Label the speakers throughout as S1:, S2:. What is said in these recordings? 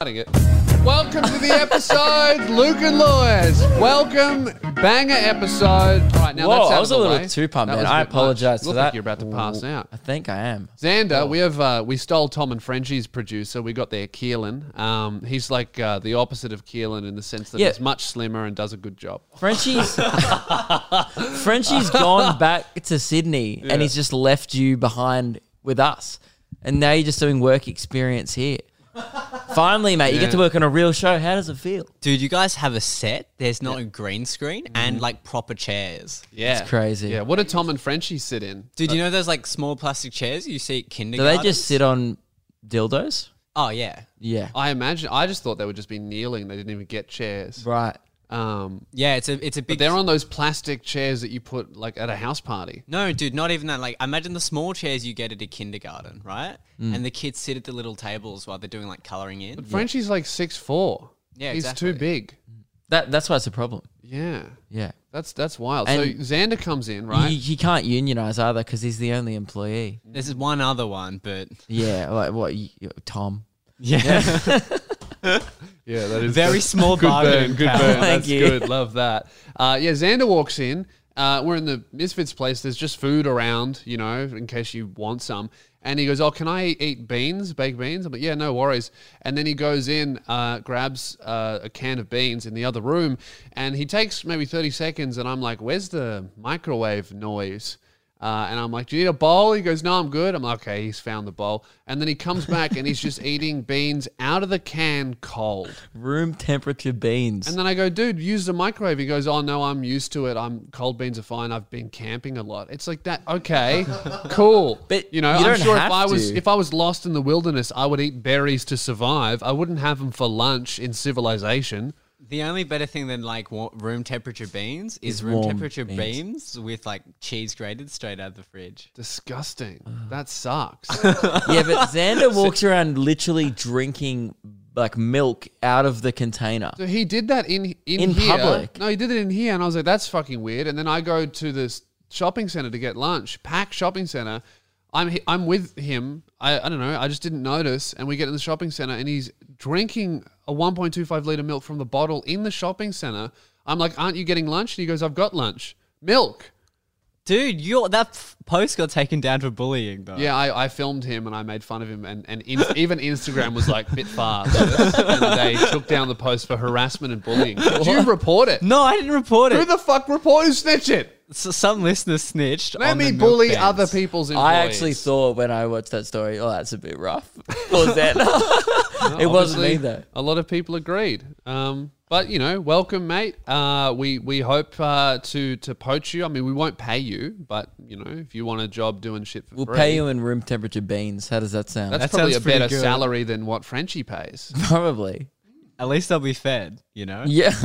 S1: Starting it. Welcome to the episode, Luke and Lewis. Welcome, banger episode. All right, now
S2: Whoa,
S1: that's out
S2: I was
S1: of the
S2: a little
S1: way.
S2: too pumped,
S1: That
S2: man.
S1: was a bit
S2: I
S1: much.
S2: apologize for
S1: Looked
S2: that.
S1: Like you're about to pass
S2: Ooh,
S1: out.
S2: I think I am.
S1: Xander, we have uh, we stole Tom and Frenchie's producer. We got their Keelan. Um, he's like uh, the opposite of Keelan in the sense that
S2: Yeah.
S1: he's much slimmer and does a good job.
S2: Frenchie's Frenchie's gone back to Sydney and he's just left you behind with us. And now you're just doing work experience here. Finally, mate, you
S1: Yeah.
S2: get to work on a real show. How does it feel?
S3: Dude, you guys have a set. There's not a green screen and like proper chairs.
S1: Yeah,
S2: It's crazy.
S1: Yeah, what do Tom and Frenchie sit in?
S3: Dude, you know those like small plastic chairs you see at
S2: Do
S3: kindergarten?
S2: they just sit on dildos?
S3: Oh yeah,
S2: Yeah.
S1: I imagine. I just thought they would just be kneeling. They didn't even get chairs.
S2: Right.
S1: Um,
S3: yeah. It's a it's a big.
S1: they're on those plastic chairs that you put like at a house party.
S3: no, dude, not even that. Like, imagine the small chairs you get at a kindergarten, right? And the kids sit at the little tables while they're doing like coloring in.
S1: Frenchie's like six four.
S3: Yeah,
S1: he's
S3: exactly.
S1: too big.
S2: That that's why it's a problem.
S1: Yeah,
S2: Yeah.
S1: that's that's wild.
S2: And-
S1: so Xander comes in, right?
S2: He, he can't unionize either because he's the only employee.
S3: This is one other one, but
S2: Yeah. Like what? You, you- Tom.
S3: yeah,
S1: yeah, that is
S3: very small
S1: good burn.
S3: bargaining
S1: Good burn.
S3: power.
S2: Thank
S1: that's
S2: you.
S1: good. Love that. Uh, yeah, Xander walks in. Uh, we're in the Misfits place. There's just food around, you know, in case you want some. And he goes, "Oh, can I eat beans, baked beans?" I'm like, "Yeah, no worries." And then he goes in, uh, grabs uh, a can of beans in the other room, and he takes maybe 30 seconds. And I'm like, "Where's the microwave noise?" Uh, and I'm like, "Do you need a bowl?" He goes, "No, I'm good." I'm like, "Okay, he's found the bowl." And then he comes back and he's just eating beans out of the can cold.
S2: Room temperature beans.
S1: And then I go, dude, use the microwave. He goes, oh no, I'm used to it. I'm cold beans are fine. I've been camping a lot. It's like that. Okay, cool.
S2: But
S1: you know,
S2: you
S1: I'm
S2: don't
S1: sure if
S2: have
S1: I was
S2: to.
S1: if I was lost in the wilderness, I would eat berries to survive. I wouldn't have them for lunch in civilization.
S3: The only better thing than like wa- room temperature beans is,
S2: Is
S3: room
S2: warm
S3: temperature
S2: beans.
S3: beans. with like cheese grated straight out of the fridge.
S1: Disgusting. That sucks.
S2: Yeah, but Xander walks around literally drinking like milk out of the container.
S1: so he did that in in,
S2: In
S1: here.
S2: public.
S1: No, he did it in here, and I was like, that's fucking weird. And then I go to this shopping center to get lunch, pack shopping center. I'm he- I'm with him. I, I don't know. I just didn't notice. And we get in the shopping center, and he's drinking a 1.25 liter milk from the bottle in the shopping center. I'm like, aren't you getting lunch? And he goes, I've got lunch, milk.
S3: Dude, your that f- post got taken down for bullying though.
S1: Yeah, I, I filmed him and I made fun of him, and and in, even Instagram was like bit fast, and they took down the post for harassment and bullying. Did you report it?
S3: No, I didn't report
S1: Who
S3: it.
S1: the fuck reported snitch it?
S3: S some listeners snitched.
S1: Let
S3: on the
S1: me
S3: milk
S1: bully
S3: bans.
S1: other people's employees.
S2: I actually thought when I watched that story, oh, that's a bit rough for Xander. it wasn't me
S1: Obviously,
S2: though.
S1: A lot of people agreed. Um, but you know, welcome, mate. Uh, we we hope uh, to to poach you. I mean, we won't pay you, but you know, if you want a job doing shit for
S2: We'll
S1: free,
S2: pay you in room temperature beans. How does that sound?
S1: That's
S3: That
S1: probably a
S3: sounds pretty
S1: better
S3: good.
S1: salary than what Frenchie pays.
S2: Probably.
S3: At least they'll be fed, you know.
S2: Yeah.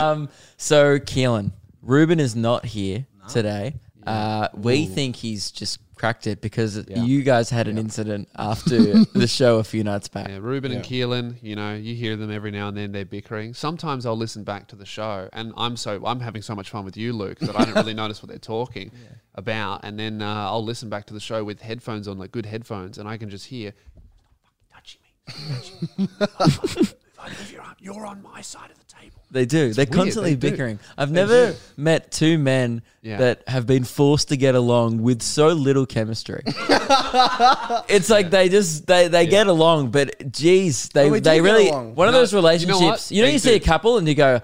S2: um, so Keelan, Ruben is not here today. Uh, we think he's just cracked it because you guys had an incident after the show a few nights back.
S1: Yeah, Ruben and Keelan, you know, you hear them every now and then. They're bickering. Sometimes I'll listen back to the show, and I'm so I'm having so much fun with you, Luke, that I don't really notice what they're talking about. And then uh, I'll listen back to the show with headphones on, like good headphones, and I can just hear touching me. touching me. Fuck, fuck, you're on- You're on my side of the table.
S2: They do. They're
S1: weird.
S2: constantly
S1: They do.
S2: bickering. I've never met two men
S1: Yeah.
S2: that have been forced to get along with so little chemistry. it's like they just they, they get along, but geez, they
S4: Oh, we do
S2: they
S4: get
S2: really
S4: along.
S2: one of
S1: No,
S2: those
S1: you know what?
S2: relationships. You know, you,
S1: They
S2: see a
S1: do.
S2: couple and you go,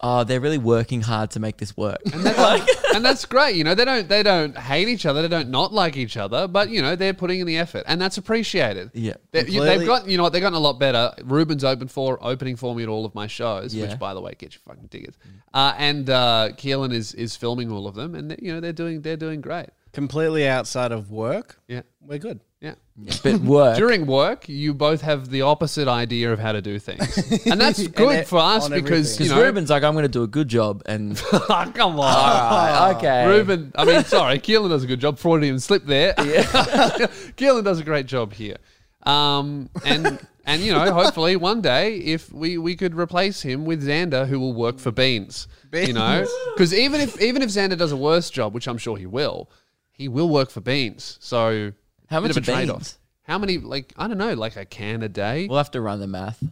S2: "Oh, they're really working hard to make this work." like,
S1: and that's great. You know, they don't they don't hate each other. They don't not like each other. But you know, they're putting in the effort, and that's appreciated.
S2: Yeah.
S1: they, you, they've
S4: Completely.
S1: got you know what they've gotten a lot better. Ruben's open for opening for me at all of my shows,
S2: Yeah.
S1: which by the way, get your fucking tickets. Uh, and uh, Keelan is is filming all of them, and you know they're doing they're doing great.
S4: completely outside of work,
S1: Yeah,
S4: we're good.
S1: yeah.
S2: but work.
S1: During work, you both have the opposite idea of how to do things, and that's
S4: And
S1: good
S4: it-
S1: for us
S4: on
S1: because
S4: everything.
S1: you
S2: Because
S1: know.
S2: Ruben's like, "I'm going to do a good job," and
S1: Oh, come on.
S2: Alright, okay,
S1: Ah, Ruben, I mean, sorry, Keelan does a good job. Freudian slip there. Keelan does a great job here. Um, and and you know, hopefully one day, if we we could replace him with Xander, who will work for Beans, you know, because even if even if Xander does a worse job, which I'm sure he will, he will work for Beans. So
S2: How
S1: bit
S2: much
S1: of a
S2: are
S1: trade off?
S2: Beans?
S1: How many? Like I don't know, like a can a day,
S2: We'll have to run the math.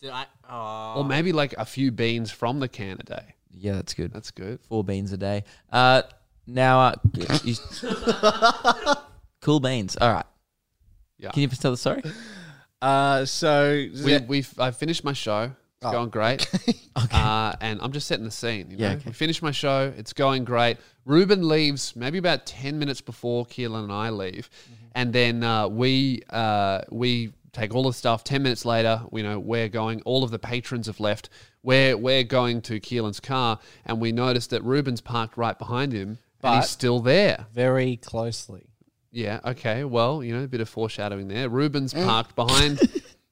S3: Did I? Oh.
S1: or maybe like a few beans from the can a day.
S2: Yeah, that's good.
S1: That's good.
S2: Four beans a day. Uh, now, uh, you- cool beans. All right.
S1: Yeah.
S2: Can you tell the story?
S4: Uh, so
S1: We we I finished my show. It's going great. Uh, and I'm just setting the scene. You know?
S2: Oh. Yeah, okay.
S1: We finished my show. It's going great. Ruben leaves maybe about 10 minutes before Keelan and I leave.
S2: Mm-hmm.
S1: And then uh, we uh, we take all the stuff. 10 minutes later, we know we're going. All of the patrons have left. We're, we're going to Keelan's car. And we notice that Ruben's parked right behind him. and
S4: But-
S1: he's still there.
S4: very closely.
S1: Yeah, okay. Well, you know, a bit of foreshadowing there. Ruben's
S2: Eh.
S1: parked behind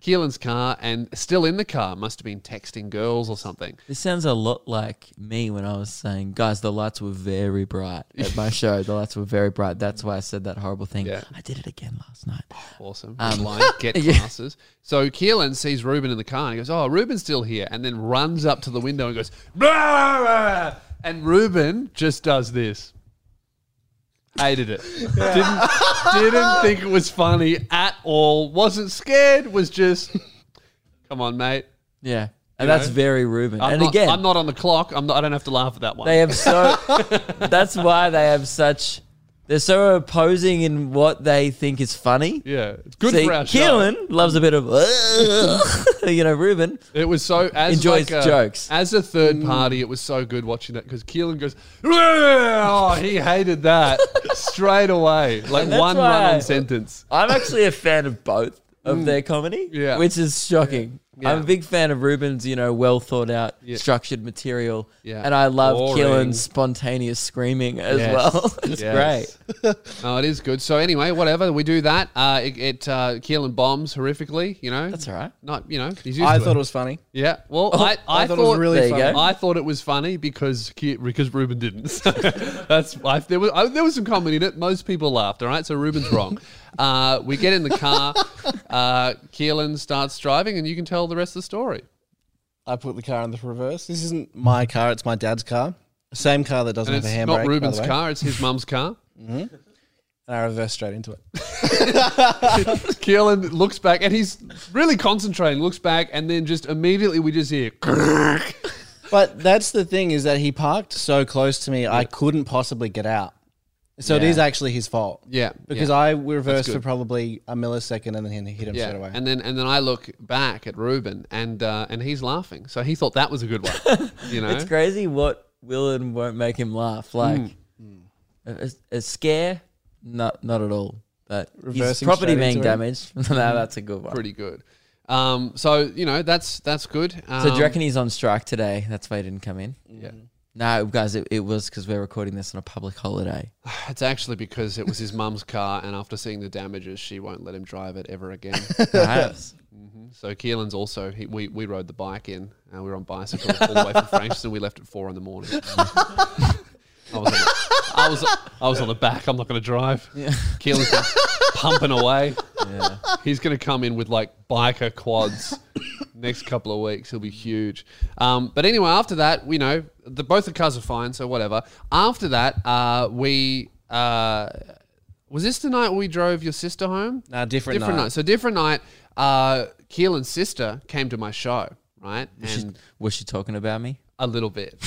S1: Keelan's car and still in the car. Must have been texting girls or something.
S2: This sounds a lot like me when I was saying, guys, the lights were very bright at my show. The lights were very bright. That's why I said that horrible thing.
S1: Yeah.
S2: I did it again last night.
S1: Awesome.
S2: Um,
S1: Online, get
S2: yeah.
S1: classes. So Keelan sees Ruben in the car and he goes, Oh, Ruben's still here. And then runs up to the window and goes, "Blah, blah." And Ruben just does this. Hated it. Didn't, didn't think it was funny at all. Wasn't scared. Was just, come on, mate.
S2: Yeah. And that's very Ruben.
S1: I'm
S2: and
S1: not,
S2: again,
S1: I'm not on the clock. I'm not, I don't have to laugh at that one.
S2: they have so, that's why they have such, they're so opposing in what they think is funny.
S1: yeah, it's good
S2: See,
S1: for our show.
S2: Keelan loves a bit of, you know, Ruben.
S1: It was so as
S2: Enjoys
S1: like a-
S2: jokes. Mm.
S1: as a third party. It was so good watching that because Keelan goes, "Oh, he hated that straight away, like
S2: And that's
S1: one
S2: why
S1: run
S2: I-
S1: on sentence."
S2: I'm actually a fan of both of their comedy,
S1: Mm. Yeah.
S2: which is shocking.
S1: Yeah.
S2: I'm a big fan of Ruben's, you know, well thought out,
S1: Yeah.
S2: structured material,
S1: Yeah.
S2: and I love
S1: Boring.
S2: Keelan's spontaneous screaming as
S1: Yes.
S2: well. it's
S1: Yes. No, Oh, it is good. So anyway, whatever we do that, uh, it, it uh, Keelan bombs horrifically. You know,
S2: That's all right.
S1: Not you know, he's used
S4: I
S1: to
S4: thought
S1: it.
S4: it was funny.
S1: yeah. Well, I, I,
S4: thought it was really
S2: There you funny. go.
S1: I thought it was funny because Ke- because Ruben didn't. So that's I, there was I, there was some comedy in it. Most people laughed. All right, so Ruben's wrong. Uh, we get in the car. Uh, Keelan starts driving, and you can tell the rest of the story.
S4: I put the car in the reverse. This isn't my car; it's my dad's car. Same car that doesn't
S1: And
S4: have a
S1: it's
S4: handbrake.
S1: not
S4: by the
S1: Ruben's
S4: way.
S1: car; it's his mum's car.
S4: And I reversed straight into it.
S1: Keelan looks back, and he's really concentrating. Looks back, and then just immediately we just hear.
S4: But that's the thing is that he parked so close to me, I couldn't possibly get out. So it
S2: Yeah.
S4: is actually his fault.
S1: Yeah,
S4: Because
S1: yeah.
S4: I reversed
S1: good.
S4: for probably a millisecond and then he hit him straight away.
S1: And then and then I look back at Ruben and uh, and he's laughing. So he thought that was a good one. You know?
S2: It's crazy what will and won't make him laugh. Like
S1: Mm.
S2: a, a scare, not not at all. But his
S4: Reversing
S2: property
S4: straight
S2: being
S4: into it.
S2: damaged. no, that's a good one.
S1: Mm. Pretty good. Um, so you know, that's that's good. Um,
S2: so do you reckon he's on strike today? That's why he didn't come in.
S1: yeah.
S2: No, guys, it, it was because we're recording this on a public holiday.
S1: Um, It's actually because it was his mum's car and after seeing the damages she won't let him drive it ever again.
S2: Perhaps.
S1: so Keelan's also he, we, we rode the bike in and we were on bicycle all the way from Frankston. We left at four in the morning. I was on the, I was I was on the back, I'm not gonna drive. Keelan's just pumping away.
S2: yeah.
S1: He's going to come in with like biker quads next couple of weeks. He'll be huge. Um, but anyway, after that, we know the both the cars are fine, so whatever. After that, uh, we uh, was this the night we drove your sister home?
S4: Nah, different
S1: different
S4: night.
S1: So different night. Uh, Keelan's sister came to my show, right? And
S2: Was she talking about me?
S1: a little bit.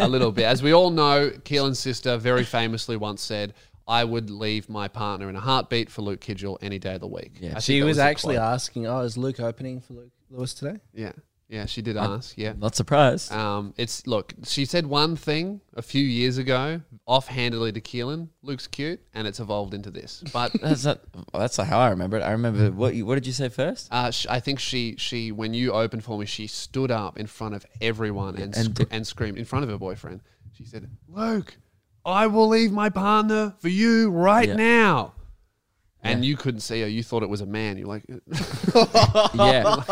S1: a little bit. As we all know, Keelan's sister very famously once said, I would leave my partner in a heartbeat for Luke Kidgel any day of the week.
S2: Yeah.
S1: I think
S4: She
S1: that
S4: was
S1: the
S4: actually
S1: quote.
S4: asking, Oh, is Luke opening for Luke Lewis today?
S1: Yeah. Yeah, she did ask. Yeah.
S2: Not surprised.
S1: Um, it's look, she said one thing a few years ago, offhandedly to Keelan, Luke's cute, and it's evolved into this. But
S2: that's not. well, that's not how I remember it. I remember what. You, what did you say first?
S1: uh, sh- I think she she when you opened for me, she stood up in front of everyone and
S2: and
S1: and,
S2: did-
S1: and screamed in front of her boyfriend. She said, "Luke, I will leave my partner for you right
S2: Yeah.
S1: now." And you couldn't see her. You thought it was a man. You're like,
S2: yeah,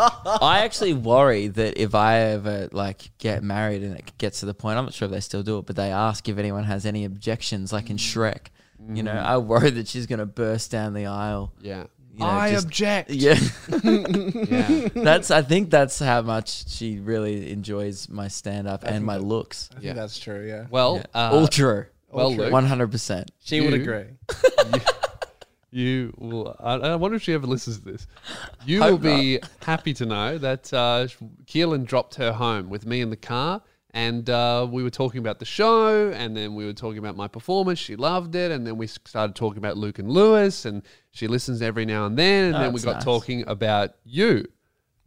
S2: I actually worry that if I ever like get married and it gets to the point, I'm not sure if they still do it, but they ask if anyone has any objections, like in Shrek. You know, I worry that she's gonna burst down the aisle.
S1: yeah.
S2: You know,
S1: I
S2: just-
S1: object.
S2: Yeah,
S1: yeah.
S2: that's. I think that's how much she really enjoys my stand up and my looks.
S4: I
S1: Yeah.
S4: think that's true, yeah.
S1: Well,
S2: Yeah.
S1: uh,
S2: All true.
S1: well, Luke,
S2: One hundred percent.
S4: She would
S1: You-
S4: agree.
S1: You will. I, I wonder if she ever listens to this. You will be happy to know that uh, Keelan dropped her home with me in the car, and uh, we were talking about the show, and then we were talking about my performance. She loved it, and then we started talking about Luke and Lewis, and she listens every now and then. And then we
S2: that's
S1: got
S2: nice.
S1: talking about you.
S4: She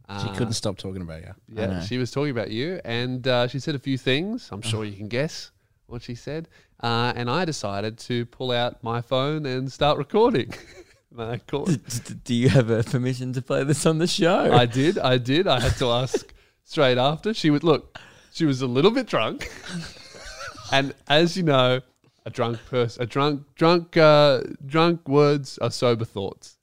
S1: Ah.
S4: couldn't stop talking about you.
S1: Yeah, she was talking about you, and uh, she said a few things. I'm sure you can guess what she said. Uh, and I decided to pull out my phone and start recording. And I called.
S2: D- Do you have a permission to play this on the show?
S1: I did. I did. I had to ask straight after. She would look. She was a little bit drunk, and as you know, a drunk person, a drunk, drunk, uh, drunk words are sober thoughts,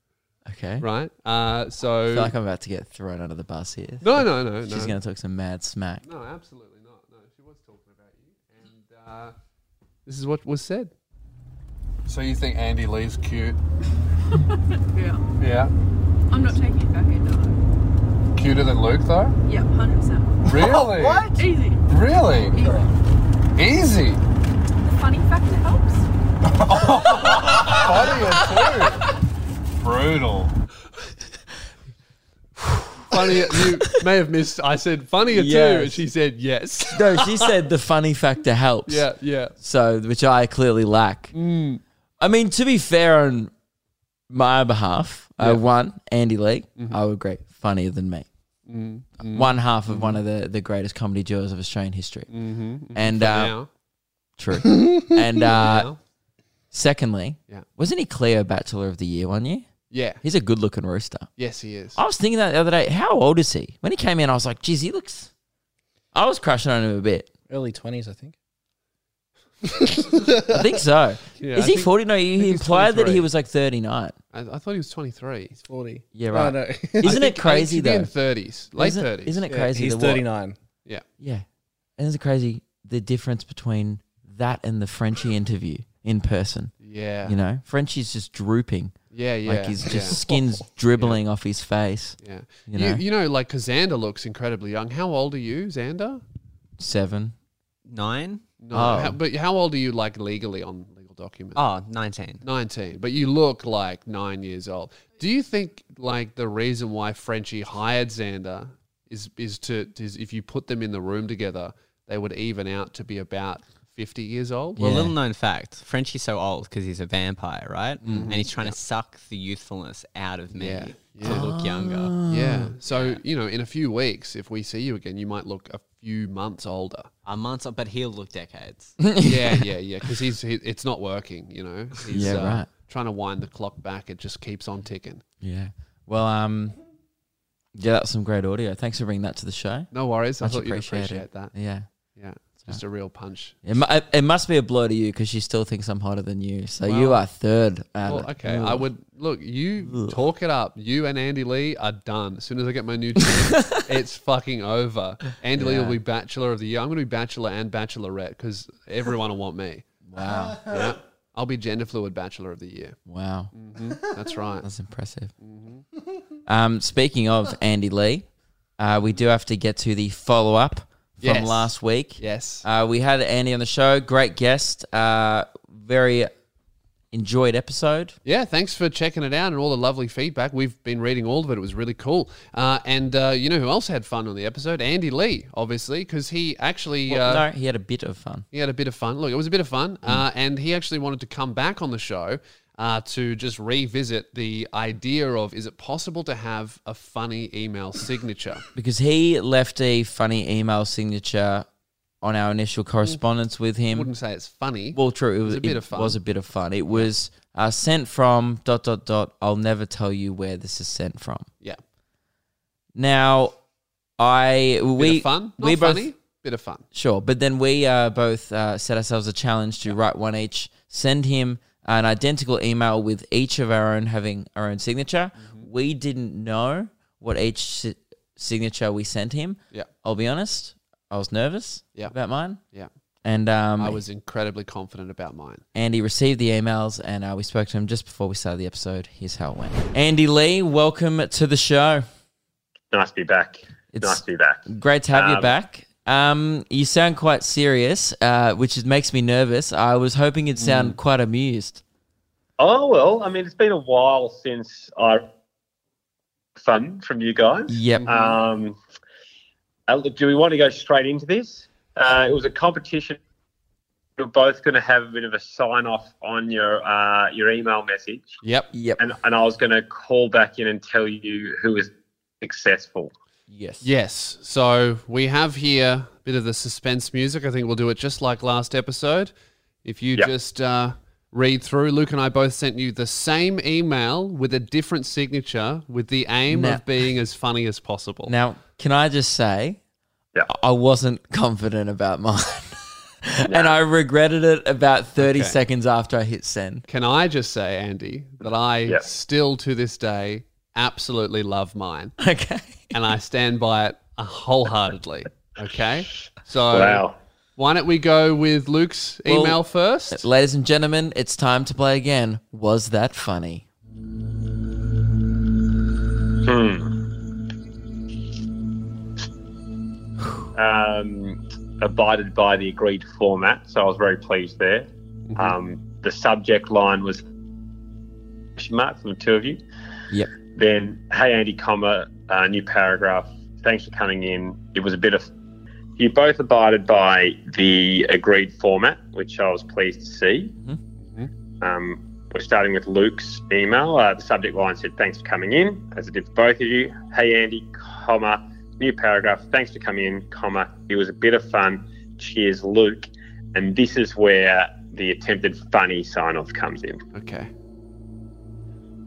S2: okay.
S1: right? Uh,
S2: I
S1: so
S2: feel like I'm about to get thrown under the bus here.
S1: no, no, no, no.
S2: She's going to talk some mad smack.
S1: No, absolutely not. No, she was talking about you, and uh, this is what was said. So you think Andy Lee's cute?
S5: Yeah.
S1: Yeah,
S5: I'm not taking it back in, no.
S1: cuter than Luke though.
S5: Yeah, 100%.
S1: Really? what?
S5: Easy.
S1: Really?
S5: Easy.
S1: Easy.
S5: The funny factor helps.
S1: Brutal. Funny, you may have missed. I said funnier too, and
S2: Yes.
S1: she said yes.
S2: No, she said the funny factor helps.
S1: Yeah, Mm. yeah.
S2: So, which I clearly lack. I mean, to be fair on my behalf, I won Andy Lee.
S1: Mm-hmm.
S2: I would agree, funnier than me. One half of one of
S1: Mm-hmm.
S2: the, the greatest comedy duos of Australian history. And uh,
S1: now,
S2: true. and uh,
S1: now.
S2: secondly,
S1: Yeah.
S2: wasn't he Cleo Bachelor of the Year one year?
S1: yeah.
S2: He's a good looking rooster.
S1: Yes, he is.
S2: I was thinking that the other day. How old is he? When he came in, I was like, geez, he looks. I was crushing on him a bit.
S4: Early 20s, I think.
S2: I think so.
S1: Yeah,
S2: is
S1: I
S2: he
S1: think-
S2: 40? No,
S1: think
S2: he
S1: he's
S2: implied that
S1: 23.
S2: he was like 39.
S1: I, I thought he was twenty-three.
S4: 40.
S2: Yeah,
S4: No,
S2: right.
S4: Oh, no.
S1: I
S2: Isn't
S1: think-
S2: it crazy
S1: I think
S2: though?
S1: he'd be in 30s, late
S2: isn't,
S1: 30s.
S2: Isn't it crazy?
S4: He's
S2: the what-
S4: 39.
S1: Yeah.
S2: Yeah. And isn't it crazy the difference between that and the Frenchie interview in person?
S1: Yeah.
S2: You know, Frenchie's just drooping.
S1: yeah, yeah.
S2: like he's just
S1: yeah.
S2: skin's dribbling off his face.
S1: Yeah. You
S2: You
S1: know,
S2: know?
S1: you, know like, because Xander looks incredibly young. How old are you, Xander?
S2: Seven.
S3: Nine?
S1: No.
S2: Oh.
S1: How, but how old are you, like, legally on legal documents?
S3: Oh, 19.
S1: 19. But you look like nine years old. Do you think, like, the reason why Frenchie hired Xander is, is to, is if you put them in the room together, they would even out to be about 50 years old?
S3: Well,
S2: Yeah.
S3: little known fact Frenchie's so old because he's a vampire, right?
S4: Mm-hmm.
S3: And he's trying to suck the youthfulness out of me
S1: Yeah.
S3: to look younger.
S1: Yeah. So, you know, in a few weeks, if we see you again, you might look a few months older.
S4: Ah.
S3: A month, but he'll look decades.
S1: yeah, yeah, yeah. Because he's he, it's not working. You know, he's uh,
S2: Yeah, right.
S1: trying to wind the clock back. It just keeps on ticking.
S2: Yeah. Well, um, yeah, that was some great audio. Thanks for bringing that to the show.
S1: No worries. I
S2: Much
S1: thought you'd
S2: appreciated.
S1: appreciate that.
S2: Yeah.
S1: Yeah, it's just a real punch.
S2: It, mu- it- it must be a blow to you because she still thinks I'm hotter than you. So you
S1: Well-
S2: are third. Alan.
S1: Well, okay. I would look. You talk it up. You and Andy Lee are done. As soon as I get my new job, it's fucking over. Andy Lee will
S2: Yeah.
S1: be Bachelor of the Year. I'm going to be Bachelor and Bachelorette because everyone will want me.
S2: Wow.
S1: Yeah. I'll be gender fluid Bachelor of the Year.
S2: Wow.
S1: Mm. That's right.
S2: That's impressive.
S1: Mm-hmm.
S2: Um, speaking of Andy Lee, uh, we do have to get to the follow up from
S1: Yes.
S2: last week.
S1: Yes.
S2: Uh, we had Andy on the show. Great guest. Uh, very enjoyed episode.
S1: Yeah, thanks for checking it out and all the lovely feedback. We've been reading all of it. It was really cool. Uh, and uh, you know who else had fun on the episode? Andy Lee, obviously, because he actually uh,
S2: no, he had a bit of fun.
S1: he had a bit of fun. Look, it was a bit of fun,
S2: Mm.
S1: uh, and he actually wanted to come back on the show uh, to just revisit the idea of is it possible to have a funny email signature?
S2: because he left a funny email signature on our initial correspondence with
S1: I
S2: him.
S1: Mm. wouldn't say it's funny.
S2: Well, true, it was
S1: a bit of fun.
S2: Was a bit of fun. It was uh, sent from dot dot dot. I'll never tell you where this is sent from.
S1: yeah,
S2: Now, I
S1: bit
S2: we
S1: of fun. Not
S2: we both
S1: funny. Bit of fun.
S2: sure, but then we uh, both uh, set ourselves a challenge to write one each, send him an identical email with each of our own having our own signature.
S1: Mm-hmm.
S2: We didn't know what each si- signature we sent him.
S1: Yeah,
S2: I'll be honest, I was nervous
S1: Yeah.
S2: about mine,
S1: yeah.
S2: and um,
S1: I was incredibly confident about mine.
S2: Andy received the emails, and uh, we spoke to him just before we started the episode. Here's how it went. Andy Lee, welcome to the show.
S6: Nice to be back.
S2: It's-
S6: nice to be back.
S2: Great to have you
S6: Um,
S2: back. Um, you sound quite
S1: Mm.
S2: serious, uh, which is, makes me nervous. I was hoping you'd sound quite amused.
S6: Oh well, I mean, it's been a while since I fun from you guys.
S2: Yep.
S6: Um, uh, look, do we want to go straight into this? Uh, it was a competition. You're both going to have a bit of a sign off on your uh, your email message,
S1: Yep.
S2: Yep.
S6: and and I was going to call back in and tell you who was successful.
S2: Yes.
S1: Yes. So we have here a bit of the suspense music. I think we'll do it just like last episode. If you
S6: Yep.
S1: just uh, read through, Luke and I both sent you the same email with a different signature with the aim
S2: No.
S1: of being as funny as possible.
S2: Now, can I just say,
S6: Yeah.
S2: I wasn't confident about mine. and I regretted it about 30
S1: Okay.
S2: seconds after I hit send.
S1: Can I just say, Andy, that I
S6: Yep.
S1: still to this day absolutely love mine
S2: Okay.
S1: and I stand by it wholeheartedly. Okay. So
S6: Wow.
S1: why don't we go with Luke's
S2: Well,
S1: email first?
S2: Ladies and gentlemen, it's time to play again. Was that funny?
S6: Hmm. Um, abided by the agreed format, so I was very pleased there. Um, the subject line was question mark from the two of you.
S2: Yep.
S6: Then, hey Andy, comma uh, new paragraph. Thanks for coming in. It was a bit of you both abided by the agreed format, which I was pleased to see.
S2: Mhm.
S6: Um, we're starting with Luke's email. Uh, the subject line said, "Thanks for coming in," as it did for both of you. Hey Andy, comma new paragraph. Thanks for coming in, comma. It was a bit of fun. Cheers, Luke. And this is where the attempted funny sign-off comes in.
S1: Okay.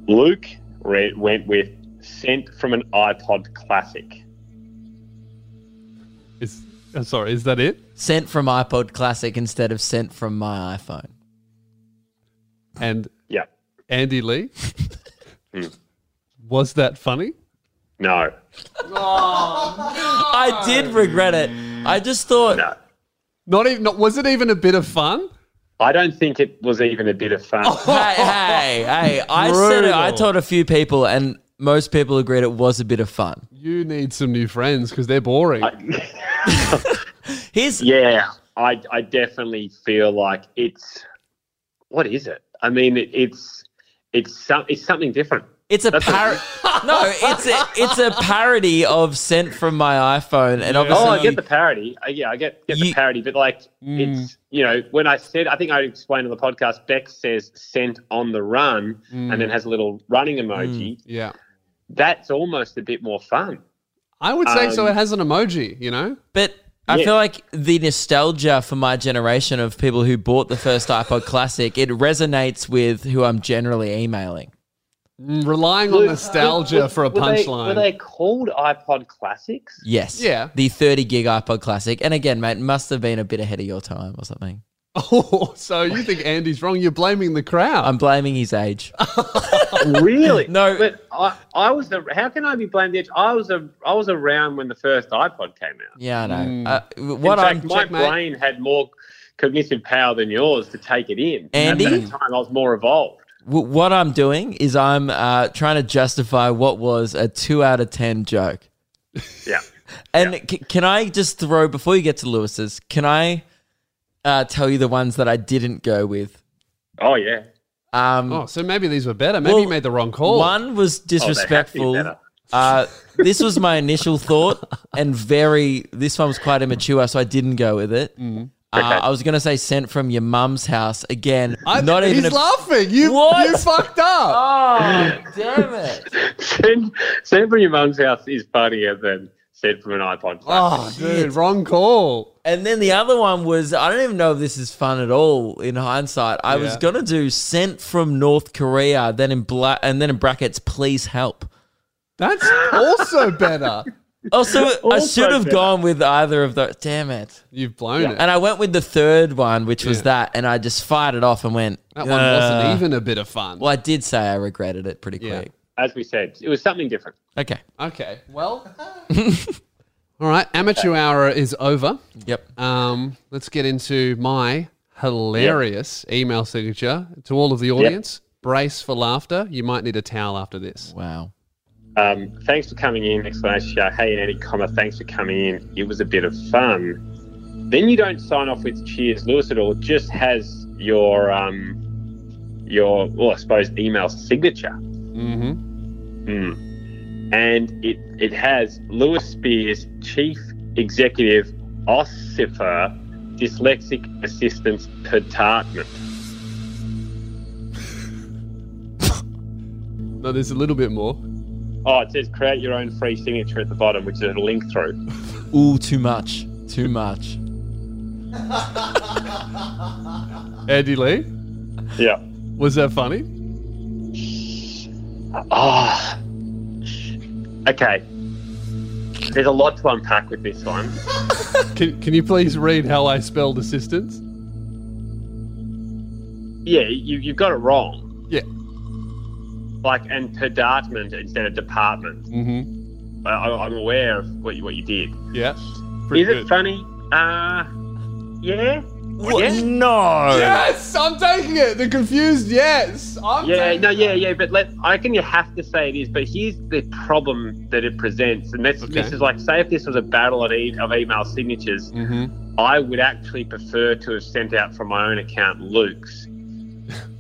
S6: Luke re- went with "Sent from an iPod Classic."
S1: Is I'm sorry, is that it?
S2: Sent from iPod Classic instead of sent from my iPhone.
S1: And
S6: Yeah.
S1: Andy Lee?
S6: Hmm.
S1: Was that funny?
S6: No.
S2: I did regret it. I just thought,
S6: No.
S1: Not even not, was it even a bit of fun?
S6: I don't think it was even a bit of fun.
S2: hey, hey, hey, I said it. I
S1: Brutal.
S2: told a few people, and most people agreed it was a bit of fun.
S1: You need some new friends because they're boring.
S2: Here's
S6: yeah, I, I definitely feel like it's what is it? I mean, it, it's it's some, it's something different.
S2: It's a
S6: That's a-
S2: par- No, it's a it's a parody of sent from my iPhone, and obviously,
S6: Oh, I
S2: you-
S6: get the parody. Uh, Yeah, I get, get
S2: You-
S6: the parody, but like it's you know when I said I think I explained on the podcast. Beck says "sent on the run" and then has a little running emoji.
S1: yeah.
S6: That's almost a bit more fun.
S1: I would say so.
S6: Um,
S1: It has an emoji, you know?
S2: but I
S6: Yeah.
S2: feel like the nostalgia for my generation of people who bought the first iPod Classic it resonates with who I'm generally emailing.
S1: Mm, Relying on
S6: Were-
S1: nostalgia
S6: were-
S1: for a
S6: were they- Were
S1: punchline.
S6: they called iPod Classics?
S2: Yes,
S1: Yeah.
S2: the 30 gig iPod Classic, and again, mate, must have been a bit ahead of your time or something.
S1: Oh, so you think Andy's wrong? You're blaming the crowd.
S2: I'm blaming his age.
S6: really?
S2: No.
S6: But I, I was the. How can I be blamed? Edge? I was a. I was around when the first iPod came out.
S2: Yeah, I know.
S1: Mm.
S2: Uh, what
S6: Hmm. In
S2: I'm
S6: fact, my
S1: checkmate.
S6: brain had more cognitive power than yours to take it in.
S2: Andy?
S6: At that time, I was more evolved.
S2: W- what I'm doing is I'm uh, trying to justify what was a two out of ten joke.
S6: Yeah.
S2: And c- can I just throw before you get to Lewis's? Can I uh, tell you the ones that I didn't go with?
S6: Oh yeah.
S2: Um,
S1: oh, so maybe these were better. Maybe
S2: Well,
S1: you made the wrong call.
S2: One was
S6: Oh, they have to be
S2: disrespectful.
S6: better.
S2: uh, this was my initial thought, and very. This one was quite immature, so I didn't go with it.
S1: Mm.
S2: Uh, I was gonna say sent from your mum's house again.
S1: I-
S2: not even.
S1: he's
S2: a-
S1: laughing. You,
S2: What?
S1: you fucked up.
S2: oh damn it!
S6: Sent, sent from your mum's house is funnier than sent from an iPod. Classic.
S1: Oh, dude, wrong call.
S2: And then the other one was I don't even know if this is fun at all in hindsight. I was
S1: Yeah.
S2: gonna do sent from North Korea, then in bla- and then in brackets, please help.
S1: That's also better.
S2: Also, I
S6: Also
S2: should have
S6: better.
S2: gone with either of those. Damn it!
S1: You've blown it.
S2: And I went with the third one, which was
S1: Yeah.
S2: that, and I just fired it off and went.
S1: That one
S2: "Ugh."
S1: wasn't even a bit of fun.
S2: Well, I did say I regretted it pretty
S1: Yeah.
S2: quick.
S6: As we said, it was something different.
S2: Okay.
S1: Okay. Well. All right. Amateur hour is over.
S2: Yep.
S1: Um, let's get into my hilarious email signature to all of the audience. Brace for laughter. You might need a towel after this.
S2: Wow.
S6: Um, thanks for coming in, explanation. show. Hey, Andy, comma, thanks for coming in. It was a bit of fun. Then you don't sign off with cheers, Lewis at all. It just has your um, your, well, I suppose, email signature.
S1: Mm-hmm.
S6: Mm. And it, it has Lewis Spears, Chief Executive, Ossifer, Dyslexic Assistance Department.
S1: No, there's a little bit more.
S6: Oh, it says create your own free signature at the bottom, which is a link through.
S2: Ooh, too much. Too much.
S1: Andy Lee,
S6: Yeah.
S1: was that funny?
S6: Ah. Okay. There's a lot to unpack with this one.
S1: Can, can you please read how I spelled assistance?
S6: Yeah, you, you've got it wrong.
S1: Yeah.
S6: Like, and department instead of department.
S1: Mm-hmm.
S6: I, I- I'm aware of what you, what you did.
S1: Yeah. Pretty
S6: Is
S1: good.
S6: it funny? Uh, yeah. Yeah.
S1: Oh.
S4: No.
S1: Yes, I'm taking it. The confused yes. I'm
S6: Yeah,
S1: taking
S6: no, yeah, yeah, but let, I reckon you have to say it is. But here's the problem that it presents, and that's, this
S1: Okay.
S6: is like, say if this was a battle at e- of email signatures,
S1: Mm-hmm.
S6: I would actually prefer to have sent out from my own account Luke's.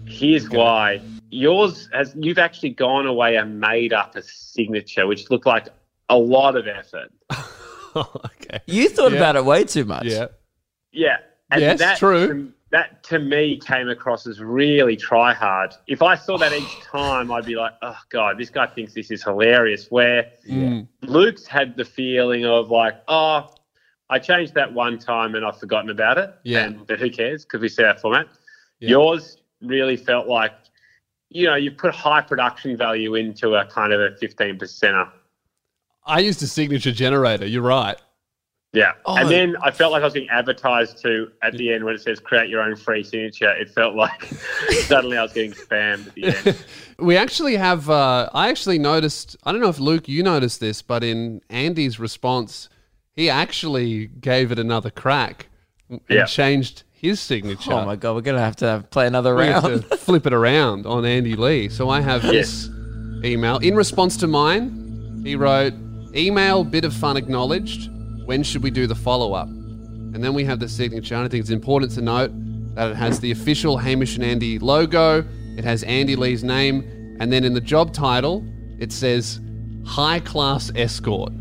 S6: Here's why. Yours has you've actually gone away and made up a signature, which looked like a lot of effort.
S1: okay.
S2: You thought
S1: Yeah.
S2: about it way too much.
S1: Yeah.
S6: Yeah.
S1: Yes, true.
S6: To, that to me came across as really try hard. If I saw that each time, I'd be like, oh God, this guy thinks this is hilarious. Where
S1: Mm.
S6: Luke's had the feeling of like, oh, I changed that one time and I've forgotten about it.
S1: Yeah.
S6: And, but who cares? Because we see our format.
S1: Yeah.
S6: Yours really felt like, you know, you put high production value into a kind of a 15 percenter.
S1: I used a signature generator. You're right.
S6: Yeah.
S2: Oh.
S6: And then I felt like I was being advertised to at the end when it says create your own free signature. It felt like suddenly I was getting spammed at the end.
S1: We actually have. Uh, I actually noticed. I don't know if Luke, you noticed this, but in Andy's response, he actually gave it another crack and
S6: Yeah.
S1: changed his signature.
S2: Oh my god, we're gonna have to have, play another
S1: We have
S2: round.
S1: to flip it around on Andy Lee. So I have this email in response to mine. He wrote, "Email bit of fun acknowledged. When should we do the follow up?" And then we have the signature. And I think it's important to note that it has the official Hamish and Andy logo. It has Andy Lee's name, and then in the job title, it says "High Class Escort."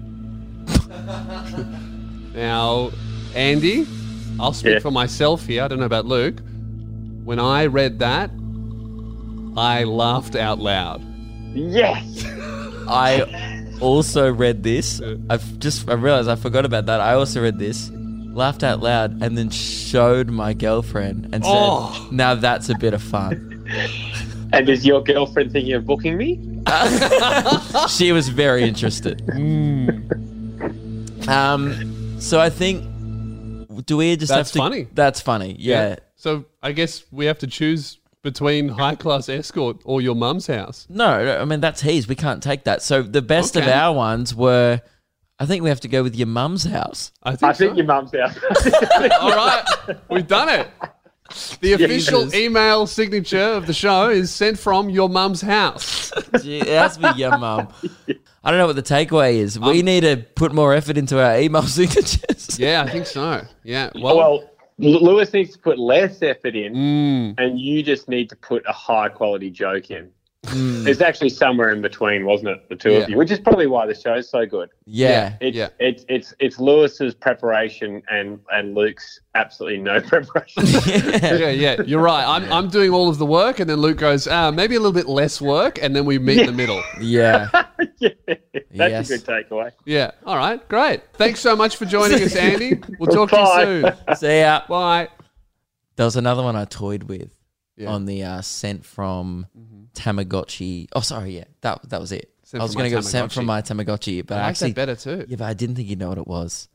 S1: now, Andy, I'll speak
S6: Yeah.
S1: for myself here. I don't know about Luke. When I read that, I laughed out loud.
S6: Yes.
S2: I also read this. I've just I realized I forgot about that. I also read this, laughed out loud, and then showed my girlfriend and said,
S1: Oh.
S2: "Now that's a bit of fun."
S6: And is your girlfriend thinking of booking me?
S2: she was very interested. Um, so I think do we just
S1: That's
S2: have to?
S1: funny.
S2: That's funny. Yeah.
S1: So I guess we have to choose between high class escort or your mum's house.
S2: No, no, I mean that's his. We can't take that. So the best of
S1: Okay.
S2: our ones were. I think we have to go with your mum's house.
S1: I think,
S6: I think
S1: so. Oh,
S6: your mum's out.
S1: All right, we've done it. The official
S2: Jesus.
S1: email signature of the show is sent from your mum's house.
S2: Gee, it has to be your mum. I don't know what the takeaway is. We need to put more effort into our email signatures.
S1: Yeah, I think so. Yeah. Well,
S6: well, L- Lewis needs to put less effort in.
S1: mm,
S6: and you just need to put a high quality joke in. It's actually somewhere in between, wasn't it? The two
S1: Hmm. Yeah.
S6: of you, which is probably why the show is so good.
S2: Yeah.
S6: It's,
S1: Yeah.
S6: it's it's it's Lewis's preparation and and Luke's absolutely no preparation.
S1: yeah, yeah, you're right. I'm, I'm doing all of the work, and then Luke goes, ah, maybe a little bit less work, and then we meet in the middle.
S2: Yeah.
S6: Yeah. That's
S2: Yes.
S6: a good takeaway.
S1: Yeah. All right. Great. Thanks so much for joining us, Andy. We'll talk
S6: Bye.
S1: to you soon.
S2: See ya.
S1: Bye.
S2: There was another one I toyed with
S1: Yeah.
S2: on the uh, sent from Tamagotchi. Oh, sorry. Yeah. That that was it.
S1: Sent
S2: I was
S1: from my
S2: going to go sent
S1: Tamagotchi.
S2: from my Tamagotchi,
S1: I
S2: but I,
S1: like
S2: actually.
S1: that better too.
S2: Yeah, but I didn't think you'd know what it was.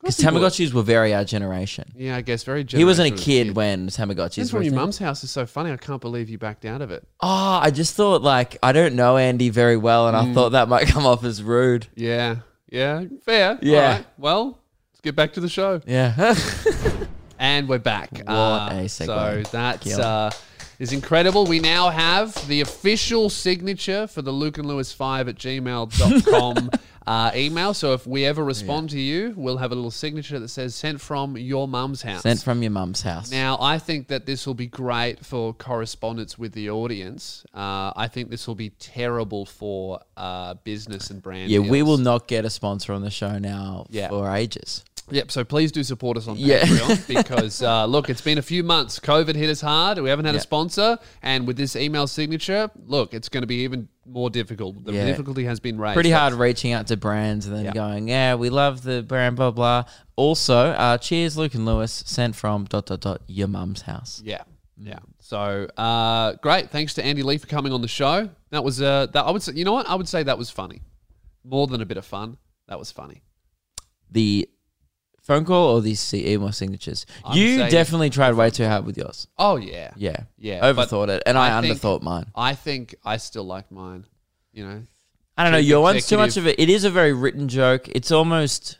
S2: Because
S1: you would.
S2: Tamagotchis were very our generation.
S1: Yeah, I guess very.
S2: He wasn't a
S1: generational.
S2: kid when Tamagotchis
S1: This
S2: were.
S1: from
S2: a
S1: your
S2: thing.
S1: mum's house is so funny. I can't believe you backed out of it.
S2: Oh, I just thought, like, I don't know Andy very well, and I
S1: Mm.
S2: thought that might come off as rude.
S1: Yeah, yeah, fair.
S2: Yeah.
S1: All right. Well, let's get back to the show,
S2: Yeah.
S1: and we're back. What
S2: a
S1: So
S2: segue.
S1: that's
S2: Kill.
S1: uh, is incredible. We now have the official signature for the Luke and Lewis Five at gmail.com. uh, email. So if we ever respond to you, we'll have a little signature that says "Sent from your mum's house."
S2: Sent from your mum's house.
S1: Now, I think that this will be great for correspondence with the audience. Uh, I think this will be terrible for uh, business and brand.
S2: yeah, we
S1: deals.
S2: will not get a sponsor on the show now
S1: Yeah.
S2: for ages.
S1: Yep. So please do support us on
S2: Yeah.
S1: Patreon because uh, look, it's been a few months. COVID hit us hard. We haven't had
S2: Yeah.
S1: a sponsor, and with this email signature, look, it's going to be even more difficult. The
S2: Yeah.
S1: difficulty has been raised.
S2: Pretty hard reaching out to brands and then going, yeah, we love the brand, blah blah. Also, uh, cheers, Luke and Lewis. Sent from dot dot dot your mum's house.
S1: Yeah. Yeah. So uh, great. Thanks to Andy Lee for coming on the show. That was uh, that I would say. You know what? I would say that was funny, more than a bit of fun. That was funny.
S2: The phone call or the si- email signatures. you
S1: saying-
S2: definitely tried way too hard with yours.
S1: Oh yeah.
S2: Yeah,
S1: Yeah, but
S2: Overthought it, and I,
S1: I think-
S2: underthought mine.
S1: I think I still like mine. You know.
S2: I don't know.
S1: Chief
S2: Your one's too much of
S1: executive.
S2: a. It is a very written joke. It's almost,